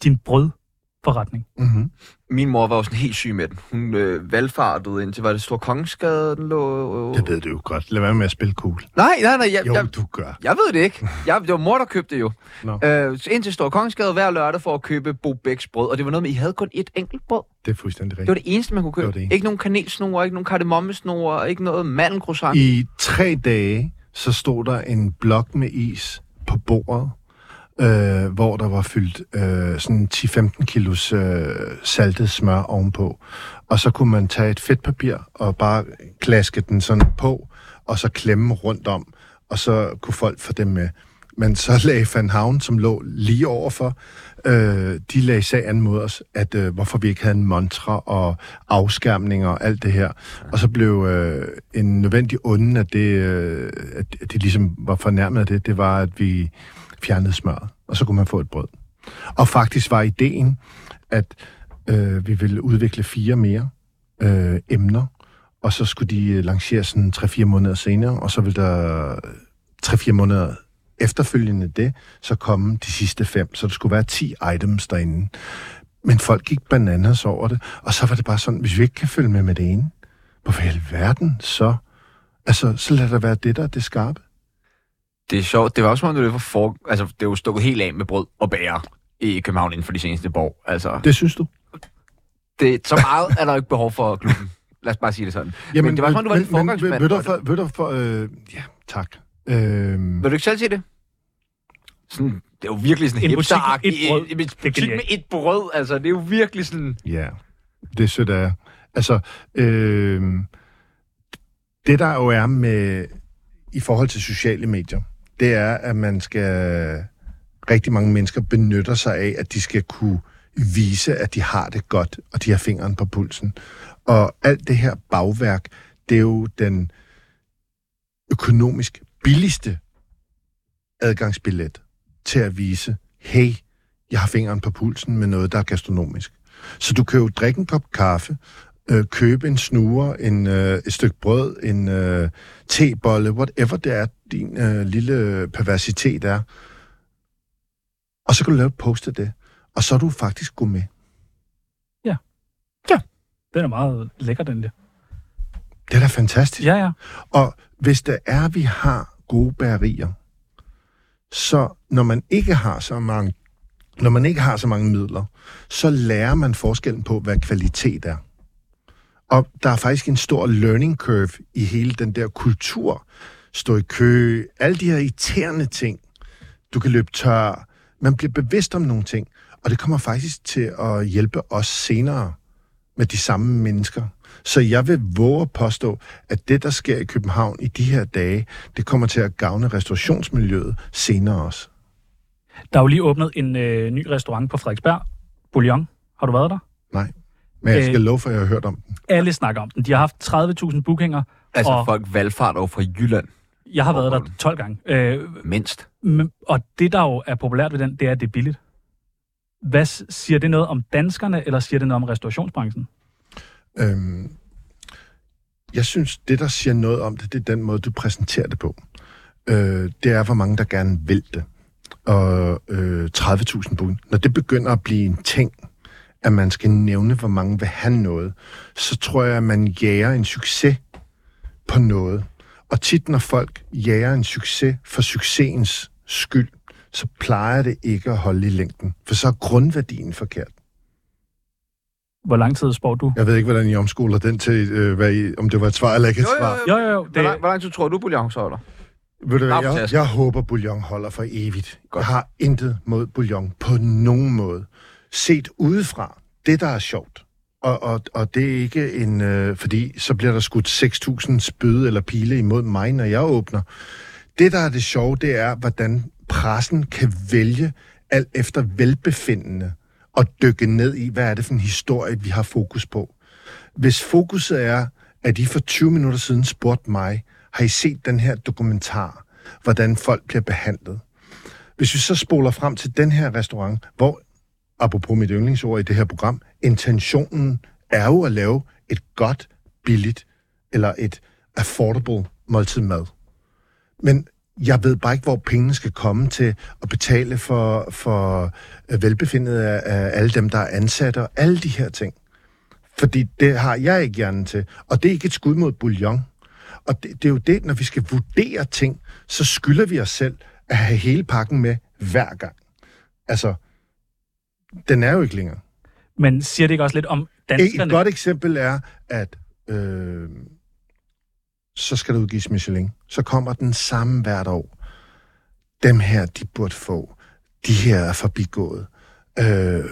[SPEAKER 2] Din brødforretning.
[SPEAKER 7] Mm-hmm.
[SPEAKER 1] Min mor var jo sådan helt syg med den. Hun øh, valgfartede ind til, var det Stor Kongensgade, den lå... Øh.
[SPEAKER 7] Det ved du jo godt. Lad være med at spille cool.
[SPEAKER 1] Nej, nej, nej, jeg,
[SPEAKER 7] Jo,
[SPEAKER 1] jeg,
[SPEAKER 7] du gør.
[SPEAKER 1] jeg ved det ikke. Jeg, det var mor, der købte det jo.
[SPEAKER 7] Nå.
[SPEAKER 1] Øh, så ind til Stor Kongensgade hver lørdag for at købe Bo Bæks brød, og det var noget med, I havde kun et enkelt brød.
[SPEAKER 7] Det er fuldstændig
[SPEAKER 1] Det var
[SPEAKER 7] rigtigt.
[SPEAKER 1] det eneste, man kunne
[SPEAKER 7] Det
[SPEAKER 1] købe.
[SPEAKER 7] var det
[SPEAKER 1] Det
[SPEAKER 7] eneste.
[SPEAKER 1] ikke nogen kanelsnore, ikke nogen kardemommesnore, ikke noget mandelcroissant.
[SPEAKER 7] I tre dage, så stod der en blok med is på bordet, øh, hvor der var fyldt øh, sådan 10-15 kilos øh, saltet smør ovenpå. Og så kunne man tage et fedtpapir og bare klaske den sådan på, og så klemme rundt om, og så kunne folk få dem med. Men så lagde Van Havn, som lå lige overfor, øh, de lagde sag an mod os, at øh, hvorfor vi ikke havde en mantra og afskærmning og alt det her. Og så blev øh, en nødvendig onde, at det, øh, at at det ligesom var fornærmet af det, det var, at vi fjernede smøret, og så kunne man få et brød. Og faktisk var ideen, at øh, vi ville udvikle fire mere øh, emner, og så skulle de øh, lancere sådan 3-4 måneder senere, og så ville der 3-4 måneder efterfølgende det, så komme de sidste fem. Så der skulle være 10 items derinde. Men folk gik bananas over det, og så var det bare sådan, hvis vi ikke kan følge med med det ene, hvorfor i alverden så? Altså, så lad der være det, der er det skarpe.
[SPEAKER 1] Det er sjovt. Det var også som om, det var for, for, altså, det er jo stukket helt af med brød og bager i København inden for de seneste par år. Altså,
[SPEAKER 7] Det synes du?
[SPEAKER 1] det, så meget er der jo ikke behov for gluten. Lad os bare sige det sådan. Jamen, men det var som om, du var en forgangsmand.
[SPEAKER 7] Men, ved du
[SPEAKER 1] for det.
[SPEAKER 7] for, ved du for, øh, ja, tak. Øhm,
[SPEAKER 1] Vil du ikke selv sige det? Sådan, det er jo virkelig sådan
[SPEAKER 2] En
[SPEAKER 1] en
[SPEAKER 2] butik med
[SPEAKER 1] hipsteragtig.
[SPEAKER 2] et brød.
[SPEAKER 1] En, en,
[SPEAKER 2] Det er
[SPEAKER 1] butik med
[SPEAKER 2] genialt.
[SPEAKER 1] et brød, altså. Det er jo virkelig sådan...
[SPEAKER 7] Ja, det er sødt af jer. Altså, øh, det der jo er med, i forhold til sociale medier, det er, at man skal, rigtig mange mennesker benytter sig af, at de skal kunne vise, at de har det godt, og de har fingeren på pulsen. Og alt det her bagværk, det er jo den økonomisk billigste adgangsbillet til at vise, hey, jeg har fingeren på pulsen med noget, der er gastronomisk. Så du kan jo drikke en kop kaffe, øh, købe en snure, en, øh, et stykke brød, en øh, tebolle, whatever det er, din øh, lille perversitet er. Og så kan du lave et post af det. Og så er du faktisk god med.
[SPEAKER 2] Den er meget lækker, den der.
[SPEAKER 7] Det er da fantastisk.
[SPEAKER 2] Ja, ja.
[SPEAKER 7] Og hvis der er, vi har gode bærerier, så når man ikke har så mange, når man ikke har så mange midler, så lærer man forskellen på, hvad kvalitet er. Og der er faktisk en stor learning curve i hele den der kultur. Stå i kø, alle de her irriterende ting. Du kan løbe tør. Man bliver bevidst om nogle ting, og det kommer faktisk til at hjælpe os senere med de samme mennesker. Så jeg vil våge at påstå, at det, der sker i København i de her dage, det kommer til at gavne restaurationsmiljøet senere også.
[SPEAKER 2] Der er jo lige åbnet en øh, ny restaurant på Frederiksberg. Bouillon. Har du været der?
[SPEAKER 7] Nej. Men jeg skal
[SPEAKER 2] Øh.
[SPEAKER 7] love for, at jeg har hørt om den.
[SPEAKER 2] Alle snakker om den. De har haft 30.000 bookinger.
[SPEAKER 1] Altså
[SPEAKER 2] og
[SPEAKER 1] folk valgfart over fra Jylland,
[SPEAKER 2] jeg har været der 12 gange. Øh,
[SPEAKER 1] mindst.
[SPEAKER 2] Men- Og det, der jo er populært ved den, det er, at det er billigt. Hvad s- siger det noget om danskerne, eller siger det noget om restaurationsbranchen?
[SPEAKER 7] Øhm, jeg synes, det, der siger noget om det, det er den måde, du præsenterer det på. Øh, det er, hvor mange, der gerne vil det. Og øh, 30.000 bud. Når det begynder at blive en ting, at man skal nævne, hvor mange vil have noget, så tror jeg, at man jager en succes på noget. Og tit, når folk jager en succes for succesens skyld, så plejer det ikke at holde i længden, for så er grundværdien forkert.
[SPEAKER 2] Hvor lang tid spår
[SPEAKER 1] Øh,
[SPEAKER 2] du?
[SPEAKER 7] Jeg ved ikke, hvordan I omskoler den til, øh, hvad I, om det var et svar eller ikke et
[SPEAKER 1] Jo, jo,
[SPEAKER 7] svar.
[SPEAKER 2] Jo, jo, jo.
[SPEAKER 1] Hvor
[SPEAKER 2] Det,
[SPEAKER 1] lang, hvor lang tid tror du, Bouillon så holder?
[SPEAKER 7] Ved du hvad, jeg,
[SPEAKER 1] Lappetasken.
[SPEAKER 7] jeg håber, bouillon holder for evigt.
[SPEAKER 1] Godt.
[SPEAKER 7] Godt. Jeg har intet mod bouillon på nogen måde. Set udefra, det der er sjovt, og, og, og det er ikke en... Øh, fordi så bliver der skudt 6.000 spyd eller pile imod mig, når jeg åbner. Det, der er det sjove, det er, hvordan pressen kan vælge alt efter velbefindende og dykke ned i, hvad er det for en historie, vi har fokus på. Hvis fokuset er, at I for 20 minutter siden spurgte mig, har I set den her dokumentar, hvordan folk bliver behandlet? Hvis vi så spoler frem til den her restaurant, hvor, apropos mit yndlingsord i det her program, intentionen er jo at lave et godt, billigt eller et affordable måltid mad. Men jeg ved bare ikke, hvor pengene skal komme til at betale for, for øh, velbefindet af, af alle dem, der er ansatte og alle de her ting. Fordi det har jeg ikke hjernen til. Og det er ikke et skud mod bouillon. Og det, det er jo det, når vi skal vurdere ting, så skylder vi os selv at have hele pakken med hver gang. Altså, den er jo ikke længere.
[SPEAKER 2] men siger det ikke også lidt om
[SPEAKER 7] Et, et
[SPEAKER 2] danskerne?
[SPEAKER 7] godt eksempel er, at øh, så skal der udgives Michelin. Så kommer den samme hvert år. Dem her, de burde få. De her er forbigået. Øh,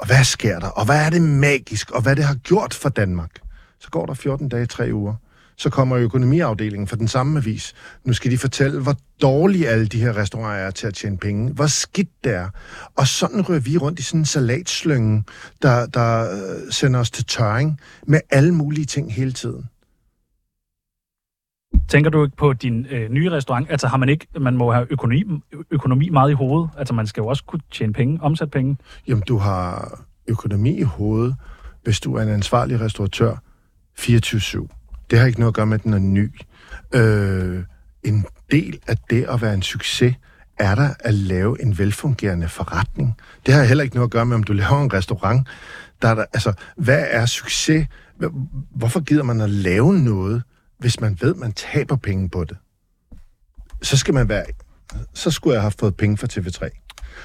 [SPEAKER 7] og hvad sker der? Og hvad er det magisk? Og hvad det har gjort for Danmark? Så går der 14 dage, 3 uger. Så kommer økonomiafdelingen for den samme avis. Nu skal de fortælle, hvor dårlige alle de her restauranter er til at tjene penge. Hvor skidt det er. Og sådan rører vi rundt i sådan en salatslynge, der, der øh, sender os til tørring med alle mulige ting hele tiden.
[SPEAKER 2] Tænker du ikke på din øh, nye restaurant? Altså har man ikke, man må have økonomi, ø- økonomi meget i hovedet. Altså man skal jo også kunne tjene penge, omsætte penge.
[SPEAKER 7] Jamen, du har økonomi i hovedet, hvis du er en ansvarlig restauratør 24-7. Det har ikke noget at gøre med, at den er ny. Øh, en del af det at være en succes, er der at lave en velfungerende forretning. Det har heller ikke noget at gøre med, om du laver en restaurant. Der er der, altså, hvad er succes? Hv- Hvorfor gider man at lave noget, hvis man ved, man taber penge på det? Så skal man være... Så skulle jeg have haft penge fra TV3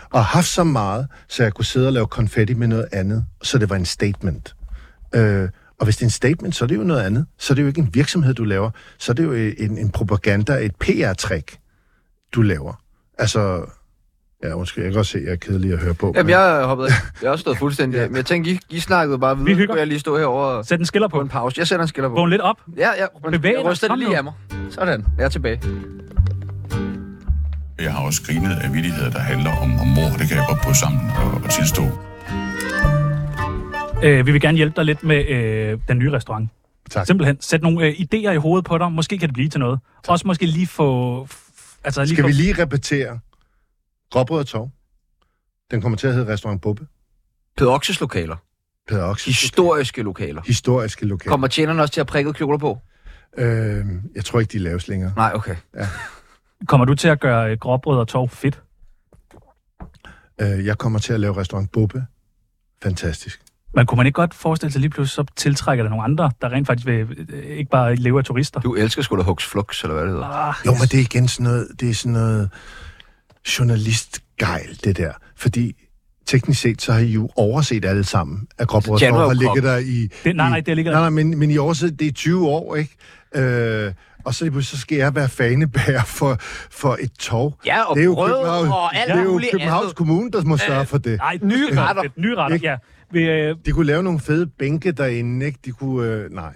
[SPEAKER 7] og haft så meget, så jeg kunne sidde og lave konfetti med noget andet, så det var en statement. Øh, og hvis det er en statement, så er det jo noget andet. Så er det jo ikke en virksomhed, du laver. Så er det jo øh, en, en propaganda, et PR-trick, du laver. Altså, ja, undskyld, jeg kan godt se, at jeg er kedelig at høre på.
[SPEAKER 1] Jamen,
[SPEAKER 7] men-
[SPEAKER 1] jeg hoppede Jeg har også stået fuldstændig af. Men jeg tænkte, I, I snakkede bare videre.
[SPEAKER 2] Vi
[SPEAKER 1] Vi
[SPEAKER 2] hygger.
[SPEAKER 1] hygger. Jeg lige stå herovre og
[SPEAKER 2] Sæt en skiller
[SPEAKER 1] på
[SPEAKER 2] på.
[SPEAKER 1] en pause. Jeg sætter en skiller på.
[SPEAKER 2] Vågn lidt op.
[SPEAKER 1] Ja, ja.
[SPEAKER 2] Bevæg
[SPEAKER 1] Jeg
[SPEAKER 2] dig.
[SPEAKER 1] ryster det
[SPEAKER 2] Kom nu.
[SPEAKER 1] lige af mig. Sådan. Jeg er tilbage.
[SPEAKER 9] Jeg har også grinet af vidigheder, der handler om, om mor. Det kan jeg godt på sammen og, og tilstå.
[SPEAKER 2] Øh, vi vil gerne hjælpe dig lidt med øh, den nye restaurant.
[SPEAKER 7] Tak.
[SPEAKER 2] Simpelthen. Sæt nogle øh, idéer i hovedet på dig. Måske kan det blive til noget. Tak. Også måske lige få... f- Altså, lige
[SPEAKER 7] Skal
[SPEAKER 2] få,
[SPEAKER 7] vi lige repetere? Gråbrød og tov. Den kommer til at hedde Restaurant Bubbe.
[SPEAKER 1] Peder Oxes lokaler.
[SPEAKER 7] Peder Oxes
[SPEAKER 1] Historiske lokaler.
[SPEAKER 7] Historiske lokaler.
[SPEAKER 1] Kommer tjenerne også til at have prikket kjoler på?
[SPEAKER 7] Øh, jeg tror ikke, de laves længere.
[SPEAKER 1] Nej, okay.
[SPEAKER 2] Kommer du til at gøre øh, gråbrød og tov fedt?
[SPEAKER 7] Øh, jeg kommer til at lave Restaurant Bubbe. Fantastisk.
[SPEAKER 2] Men kunne man ikke godt forestille sig lige pludselig, så tiltrækker der nogle andre, der rent faktisk vil, øh, ikke bare leve af turister?
[SPEAKER 1] Du elsker sgu da Hux Flux, eller hvad det hedder.
[SPEAKER 2] Ah,
[SPEAKER 7] Jo, men det er igen sådan noget, det er sådan noget journalistgejl, det der. Fordi teknisk set, så har I jo overset alle sammen, at Gråbrød og
[SPEAKER 1] Jan
[SPEAKER 7] Tov
[SPEAKER 1] var jo
[SPEAKER 7] har ligget
[SPEAKER 1] kongen.
[SPEAKER 7] der i...
[SPEAKER 2] Det- nej, nej, det har ligget der-
[SPEAKER 7] Nej, nej, men, men I har overset det i 20 år, ikke? Øh, og så, lige pludselig, så skal jeg være fanebærer for, for et tog.
[SPEAKER 1] Ja, og brød og alt
[SPEAKER 7] det er jo
[SPEAKER 1] muligt
[SPEAKER 7] Københavns
[SPEAKER 1] andet.
[SPEAKER 7] Kommune, der må sørge for det.
[SPEAKER 2] Ah, Nej, nye retter.
[SPEAKER 1] retter.
[SPEAKER 2] Nye retter,
[SPEAKER 7] Ikke?
[SPEAKER 2] ja. Ved, øh,
[SPEAKER 7] De kunne lave nogle fede bænke derinde, ikke? De kunne... Øh, nej.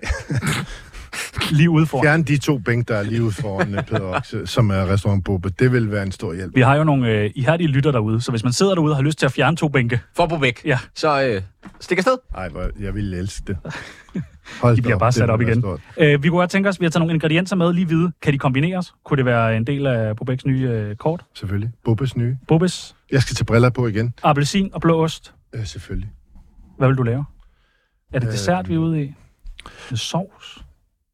[SPEAKER 2] lige ude foran.
[SPEAKER 7] Fjerne de to bænke, der er lige ude foran øh, Peder Oxe, som er restaurant Bubbe. Det vil være en stor hjælp.
[SPEAKER 2] Vi har jo nogle øh, ihærdige lytter derude, så hvis man sidder derude og har lyst til at fjerne to bænke,
[SPEAKER 1] For på væk.
[SPEAKER 2] Ja.
[SPEAKER 1] Så øh, stik afsted.
[SPEAKER 7] Ej, hvor jeg ville elske det. Hold
[SPEAKER 2] de
[SPEAKER 7] da
[SPEAKER 2] bliver
[SPEAKER 7] op,
[SPEAKER 2] bare
[SPEAKER 7] det
[SPEAKER 2] sat
[SPEAKER 7] ville
[SPEAKER 2] op
[SPEAKER 7] være
[SPEAKER 2] igen.
[SPEAKER 7] stort.
[SPEAKER 2] Øh, vi kunne godt tænke os, at vi har taget nogle ingredienser med lige vide. Kan de kombineres? Kunne det være en del af Bobæks nye øh, kort?
[SPEAKER 7] Selvfølgelig. Bubbes nye.
[SPEAKER 2] Bobes,
[SPEAKER 7] Jeg skal tage briller på igen.
[SPEAKER 2] appelsin og blå ost.
[SPEAKER 7] Øh, selvfølgelig.
[SPEAKER 2] Hvad vil du lave? Er det
[SPEAKER 7] Øh,
[SPEAKER 2] dessert, vi er ude i? En sovs?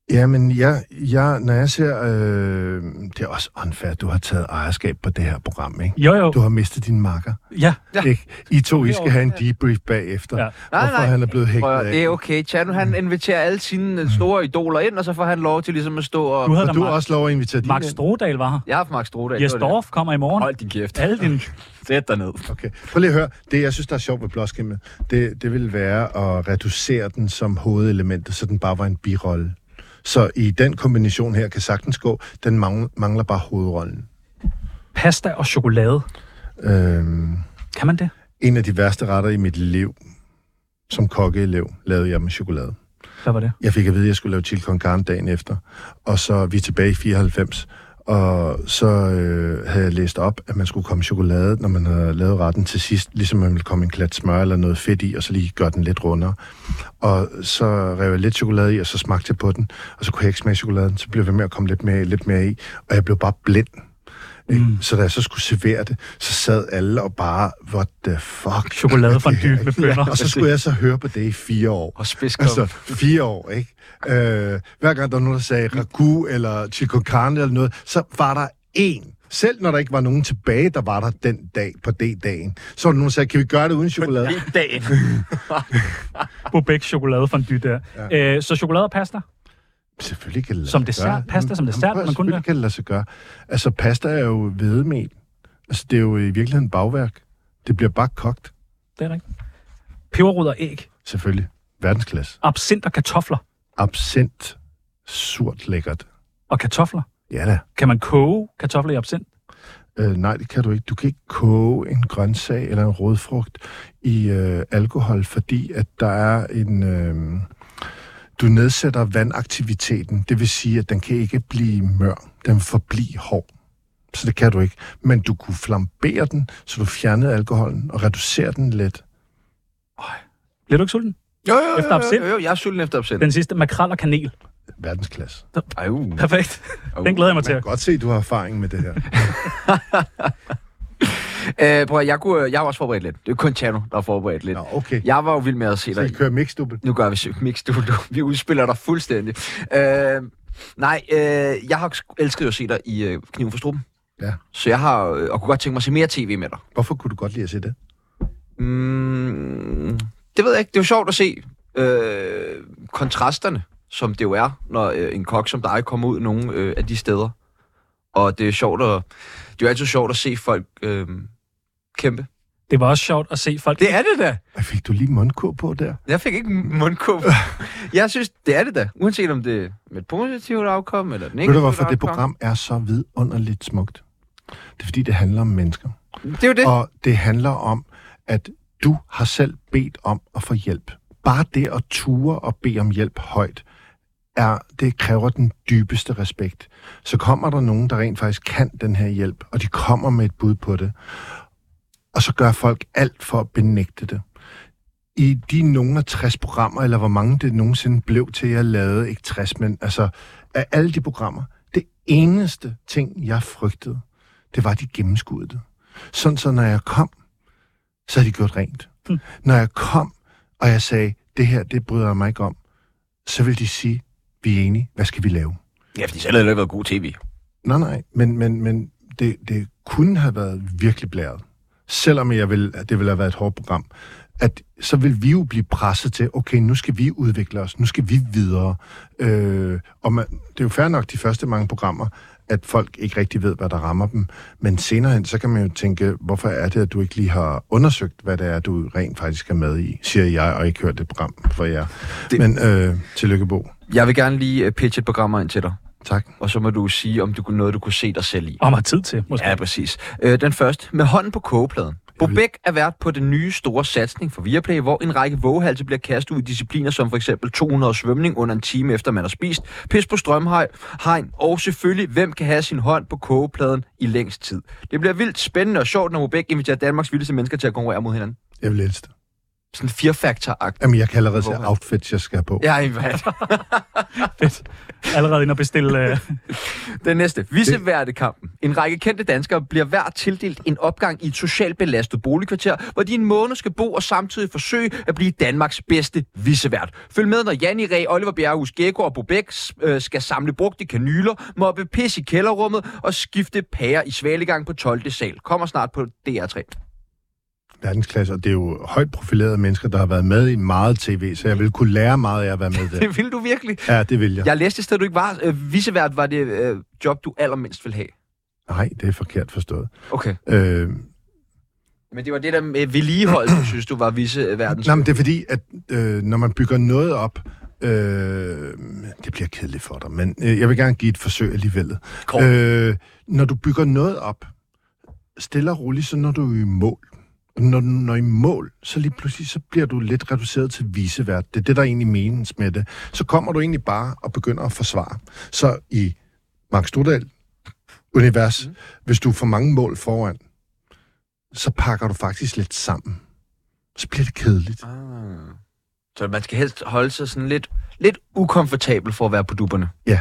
[SPEAKER 7] Jamen, jeg, jeg, når jeg ser... Øh, det er også unfair, du har taget ejerskab på det her program, ikke?
[SPEAKER 2] Jo, jo.
[SPEAKER 7] Du har mistet din makker.
[SPEAKER 2] Ja,
[SPEAKER 7] Ja. Ikke? I to, I skal have en debrief bagefter.
[SPEAKER 2] Ja.
[SPEAKER 7] Ja.
[SPEAKER 2] Nej,
[SPEAKER 7] Hvorfor
[SPEAKER 1] nej.
[SPEAKER 7] han er blevet hægtet
[SPEAKER 1] Og
[SPEAKER 7] af.
[SPEAKER 1] det er Mm. okay. Chano, han inviterer alle sine øh, store idoler ind, og så får han lov til ligesom at stå og...
[SPEAKER 2] du havde
[SPEAKER 7] Og
[SPEAKER 2] da
[SPEAKER 7] du har
[SPEAKER 2] Mark,
[SPEAKER 7] også lov at invitere din
[SPEAKER 2] Mark Strodal var her.
[SPEAKER 1] Jeg har haft Max Strohdag.
[SPEAKER 2] Jes
[SPEAKER 1] det var det.
[SPEAKER 2] Dorf kommer i morgen.
[SPEAKER 1] Hold din kæft.
[SPEAKER 2] Alle dine...
[SPEAKER 1] Sæt dig ned.
[SPEAKER 7] Okay. Prøv lige at høre. Det, jeg synes, der er sjovt ved blåskimmel, det, det ville være at reducere den som hovedelementet, så den bare var en birolle. Så i den kombination her kan sagtens gå. Den mangler, mangler bare hovedrollen.
[SPEAKER 2] Pasta og chokolade.
[SPEAKER 7] Øhm,
[SPEAKER 2] Kan man det?
[SPEAKER 7] en af de værste retter i mit liv, som kokkeelev, lavede jeg med chokolade.
[SPEAKER 2] Hvad var det?
[SPEAKER 7] Jeg fik at vide, at jeg skulle lave chili con carne dagen efter. Og så vi er tilbage i 94. Og så øh, havde jeg læst op, at man skulle komme chokolade, når man havde lavet retten til sidst, ligesom man ville komme en klat smør eller noget fedt i, og så lige gøre den lidt rundere. Og så rev jeg lidt chokolade i, og så smagte jeg på den, og så kunne jeg ikke smage chokoladen, så blev jeg ved med at komme lidt mere, i, lidt mere i, og jeg blev bare blind. Mm. Så da jeg så skulle servere det, så sad alle og bare, what the fuck?
[SPEAKER 2] Chokoladefondue med bønner.
[SPEAKER 7] Og så skulle jeg så høre på det i fire år.
[SPEAKER 1] Og spidskom.
[SPEAKER 7] Altså, fire år, ikke? Øh, hver gang der var nogen, der sagde ragu eller chili con carne eller noget, så var der én. Selv når der ikke var nogen tilbage, der var der den dag på D-dagen, så var der nogen, der sagde, kan vi gøre det uden chokolade?
[SPEAKER 1] I dagen.
[SPEAKER 2] Bobæk chokoladefondue der. Ja. Øh, så chokolade og pasta?
[SPEAKER 7] Selvfølgelig kan det lade
[SPEAKER 2] Som
[SPEAKER 7] sig
[SPEAKER 2] dessert?
[SPEAKER 7] gøre.
[SPEAKER 2] Pasta som dessert, man kun
[SPEAKER 7] selvfølgelig
[SPEAKER 2] lave?
[SPEAKER 7] kan det lade sig gøre. Altså, pasta er jo hvedemel. Altså, det er jo i virkeligheden bagværk. Det bliver bare kogt,
[SPEAKER 2] Det er rigtigt. Peberrod og æg.
[SPEAKER 7] selvfølgelig. Verdensklasse.
[SPEAKER 2] Absint og kartofler.
[SPEAKER 7] Absint. Surt lækkert.
[SPEAKER 2] Og kartofler.
[SPEAKER 7] Ja da.
[SPEAKER 2] Kan man koge kartofler i absint?
[SPEAKER 7] Øh, nej, det kan du ikke. Du kan ikke koge en grøntsag eller en rødfrugt i øh, alkohol, fordi at der er en... Øh, du nedsætter vandaktiviteten, det vil sige, at den kan ikke blive mør. Den forbliver hård. Så det kan du ikke. Men du kunne flambere den, så du fjernede alkoholen og reducerer den lidt.
[SPEAKER 2] Bliver du ikke sulten?
[SPEAKER 1] Jo, jo, jo,
[SPEAKER 2] Efter absint?
[SPEAKER 1] Jo, jo, jeg er sulten efter absint.
[SPEAKER 2] Den sidste, makrel og kanel.
[SPEAKER 7] Verdensklasse.
[SPEAKER 1] Ej, uh.
[SPEAKER 2] Perfekt. Den glæder jeg mig til.
[SPEAKER 7] Godt se, du har erfaring med det her.
[SPEAKER 1] Øh, prøv at, jeg, kunne, jeg har også forberedt lidt. Det er kun Chano, der har forberedt lidt.
[SPEAKER 7] Nå, okay.
[SPEAKER 1] Jeg var jo vild med at se
[SPEAKER 7] Så
[SPEAKER 1] dig.
[SPEAKER 7] I
[SPEAKER 1] i-
[SPEAKER 7] kører mixdubbel.
[SPEAKER 1] Nu gør vi sy- mix du, du. Vi udspiller dig fuldstændig. Øh, nej, øh, jeg har sk- elsket at se dig i øh, Kniven for Struppen.
[SPEAKER 7] Ja.
[SPEAKER 1] Så jeg har, øh, og kunne godt tænke mig at se mere tv med dig.
[SPEAKER 7] Hvorfor kunne du godt lide at se det?
[SPEAKER 1] Mm, det ved jeg ikke. Det er jo sjovt at se øh, kontrasterne, som det jo er, når øh, en kok som dig kommer ud nogle øh, af de steder. Og det er sjovt at, det er jo altid sjovt at se folk øh, kæmpe.
[SPEAKER 2] Det var også sjovt at se folk.
[SPEAKER 1] Det er det da.
[SPEAKER 7] Ej, Fik du lige mundkur på der?
[SPEAKER 1] Jeg fik ikke mundkåb. Jeg synes, det er det da. Uanset om det er med et positivt afkom, eller den ikke.
[SPEAKER 7] Ved du, hvorfor det program er så vidunderligt smukt? Det er, fordi det handler om mennesker.
[SPEAKER 1] Det er jo det.
[SPEAKER 7] Og det handler om, at du har selv bedt om at få hjælp. Bare det at ture og bede om hjælp højt, er, det kræver den dybeste respekt. Så kommer der nogen, der rent faktisk kan den her hjælp, og de kommer med et bud på det. Og så gør folk alt for at benægte det. i de nogen af 60 programmer, eller hvor mange det nogensinde blev til, jeg lavede, ikke 60, men altså af alle de programmer, det eneste ting, jeg frygtede, det var, at de gennemskudde det. Sådan så, når jeg kom, så havde de gjort rent.
[SPEAKER 2] Hmm.
[SPEAKER 7] Når jeg kom, og jeg sagde, det her, det bryder jeg mig ikke om, så ville de sige, vi er enige, hvad skal vi lave?
[SPEAKER 1] Ja, fordi så havde det ikke været god tv.
[SPEAKER 7] Nej, nej, men, men, men det, det kunne have været virkelig blæret. Selvom jeg ville, at det ville have været et hårdt program. At, så vil vi jo blive presset til, okay, nu skal vi udvikle os, nu skal vi videre. Øh, og man, det er jo fair nok de første mange programmer, at folk ikke rigtig ved, hvad der rammer dem. Men senere hen, så kan man jo tænke, hvorfor er det, at du ikke lige har undersøgt, hvad det er, du rent faktisk er med i, siger jeg, og ikke hørt det program for jer. Det... Men øh, tillykke, Bo.
[SPEAKER 1] Jeg vil gerne lige øh, pitche et program ind til dig.
[SPEAKER 7] Tak.
[SPEAKER 1] Og så må du sige, om du kunne noget, du kunne se dig selv i.
[SPEAKER 2] Om har tid til, måske.
[SPEAKER 1] Ja, præcis. Øh, den første, med hånden på kogepladen. Bo Bæk er vært på den nye store satsning for Viaplay, hvor en række vågehalse bliver kastet ud i discipliner som for eksempel 200 svømning under en time efter man har spist, pis på strømhej, hegn og selvfølgelig, hvem kan have sin hånd på kogepladen i længst tid. Det bliver vildt spændende og sjovt, når Bo Bæk inviterer Danmarks vildeste mennesker til at konkurrere mod hinanden.
[SPEAKER 7] Jeg vil elske det.
[SPEAKER 1] Sådan en factor
[SPEAKER 7] Jamen, jeg kan allerede se
[SPEAKER 1] Hvorfor?
[SPEAKER 7] outfits, jeg skal have på.
[SPEAKER 1] Ja, i hvad?
[SPEAKER 2] Fedt. Allerede ind og bestille... Øh,
[SPEAKER 1] Den næste. Visseværdekampen. En række kendte danskere bliver hver tildelt en opgang i et socialt belastet boligkvarter, hvor de en måned skal bo og samtidig forsøge at blive Danmarks bedste vissevært. Følg med, når Janni Ræ, Oliver Bjerghus, Gekko og Bobæk øh, skal samle brugte kanyler, mobbe pis i kælderrummet og skifte pærer i svalegang på 12. sal. Kommer snart på DR3.
[SPEAKER 7] verdensklasse, og det er jo højt profilerede mennesker, der har været med i meget tv, så jeg vil kunne lære meget af at være med der.
[SPEAKER 1] Det vil du virkelig.
[SPEAKER 7] Ja, det vil jeg.
[SPEAKER 1] Jeg læste et sted, du ikke var. Øh, vissevært var det øh, job, du allermindst ville have.
[SPEAKER 7] Nej, det er forkert forstået.
[SPEAKER 1] Okay.
[SPEAKER 7] Øh,
[SPEAKER 1] Men det var det der med vedligehold, du synes, du var visseværden.
[SPEAKER 7] nej, men det er fordi, at øh, når man bygger noget op, øh, det bliver kedeligt for dig, men øh, jeg vil gerne give et forsøg alligevel.
[SPEAKER 1] Kort.
[SPEAKER 7] Øh, når du bygger noget op, stille og roligt, så når du er i mål. Og Når du når i mål, så lige pludselig, så bliver du lidt reduceret til visevært. Det er det, der egentlig menes med det. Så kommer du egentlig bare og begynder at forsvare. Så i Mark Strudal univers, mm. hvis du får mange mål foran, så pakker du faktisk lidt sammen. Så bliver det kedeligt.
[SPEAKER 1] Ah. Så man skal helst holde sig sådan lidt, lidt ukomfortabel for at være på dupperne?
[SPEAKER 7] Ja.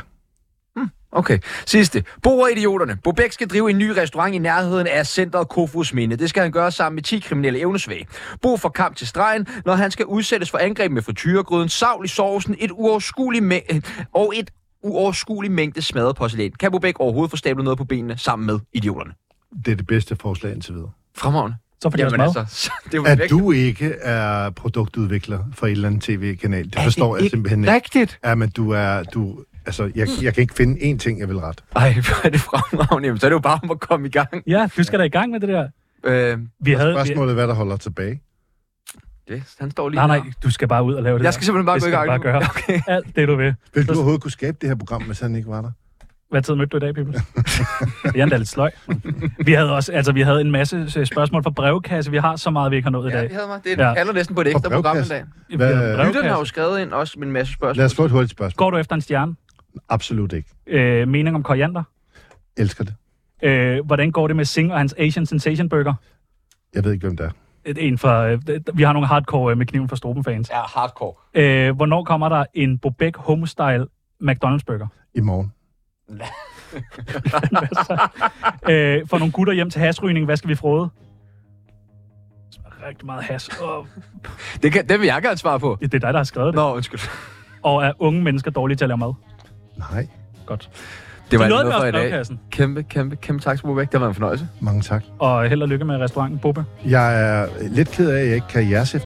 [SPEAKER 1] Hmm, okay. Sidste. Bo og idioterne. Bo Bæk skal drive en ny restaurant i nærheden af centret Kofus Minde. Det skal han gøre sammen med 10 kriminelle evnesvage. Bo får kamp til stregen, når han skal udsættes for angreb med frityregryden, savl i sovsen, et uoverskueligt mæ- og et uoverskuelig mængde smadret porcelæn. Kan Bo Bæk overhovedet få stablet noget på benene sammen med idioterne?
[SPEAKER 7] Det er det bedste forslag indtil videre.
[SPEAKER 1] Fremragende.
[SPEAKER 2] så får de også mad. Altså.
[SPEAKER 1] så- det er jo
[SPEAKER 7] At
[SPEAKER 1] perfekt.
[SPEAKER 7] du ikke er produktudvikler for et eller andet tv-kanal, det
[SPEAKER 1] Er
[SPEAKER 7] forstår jeg
[SPEAKER 1] ikke
[SPEAKER 7] simpelthen ikke.
[SPEAKER 1] Rigtigt.
[SPEAKER 7] Ja, men du er... Du, altså, jeg, jeg kan ikke finde én ting, jeg vil rette.
[SPEAKER 1] Ej, hvor er det fremragende. Jamen, så er det jo bare om at komme i gang.
[SPEAKER 2] Ja, du skal da i gang med det der.
[SPEAKER 1] Øh,
[SPEAKER 2] Vi havde, vi,
[SPEAKER 7] Spørgsmålet er, hvad der holder tilbage.
[SPEAKER 1] det, han står lige
[SPEAKER 2] nej, nej,
[SPEAKER 1] her.
[SPEAKER 2] du skal bare ud og lave det
[SPEAKER 1] Jeg skal
[SPEAKER 2] der.
[SPEAKER 1] simpelthen bare
[SPEAKER 2] Det
[SPEAKER 1] gå i gang.
[SPEAKER 2] skal du
[SPEAKER 1] nu.
[SPEAKER 2] bare gøre.
[SPEAKER 1] Okay.
[SPEAKER 2] Alt det, du vil.
[SPEAKER 7] Vil du
[SPEAKER 2] Så-
[SPEAKER 7] overhovedet kunne skabe det her program, hvis han ikke var der?
[SPEAKER 2] Hvad tid mødte du i dag, Pibels? Jeg er endda lidt sløj. Vi havde også, altså, vi havde en masse øh, spørgsmål fra brevkasse. Vi har så meget, vi ikke har nået i
[SPEAKER 1] Ja,
[SPEAKER 2] dag.
[SPEAKER 1] vi havde mig. Det
[SPEAKER 2] Ja.
[SPEAKER 1] kalder næsten på et ekstra
[SPEAKER 7] Og
[SPEAKER 1] program i
[SPEAKER 7] brevkasse.
[SPEAKER 1] dag.
[SPEAKER 2] Vi
[SPEAKER 7] Hvad-
[SPEAKER 2] havde en brevkasse.
[SPEAKER 1] Lytterne har jo skrevet ind også med en masse spørgsmål.
[SPEAKER 7] Lad os få et hurtigt spørgsmål.
[SPEAKER 2] Går du efter en stjerne?
[SPEAKER 7] Absolut ikke.
[SPEAKER 2] Øh, mening om koriander?
[SPEAKER 7] Elsker det.
[SPEAKER 2] Øh, hvordan går det med Singh og hans Asian Sensation Burger?
[SPEAKER 7] Jeg ved ikke, hvem det er.
[SPEAKER 2] Et- En fra, øh, d- vi har nogle hardcore øh, med kniven fra Struben fans.
[SPEAKER 1] Ja, hardcore.
[SPEAKER 2] Øh, hvornår kommer der en Bobek Homestyle McDonald's burger?
[SPEAKER 7] I morgen.
[SPEAKER 2] Hvad så? øh, for nogle gutter hjem til hasrygning, hvad skal vi frode? Rigtig meget has. Oh,
[SPEAKER 1] Det, kan, det vil jeg gerne svare på.
[SPEAKER 2] det er dig, der har skrevet det.
[SPEAKER 1] Nå, undskyld.
[SPEAKER 2] Og er unge mennesker dårlige til at lave mad?
[SPEAKER 7] Nej.
[SPEAKER 2] Godt.
[SPEAKER 1] Det var
[SPEAKER 2] Så nåede
[SPEAKER 1] alt
[SPEAKER 2] vi
[SPEAKER 1] noget for
[SPEAKER 2] også
[SPEAKER 1] i dag.
[SPEAKER 2] brevkassen.
[SPEAKER 1] Kæmpe, kæmpe, kæmpe tak til Bobæk. Det var en fornøjelse.
[SPEAKER 7] Mange tak.
[SPEAKER 2] Og held og lykke med restauranten, Bobbe.
[SPEAKER 7] Jeg er lidt ked af, at jeg ikke kan jeres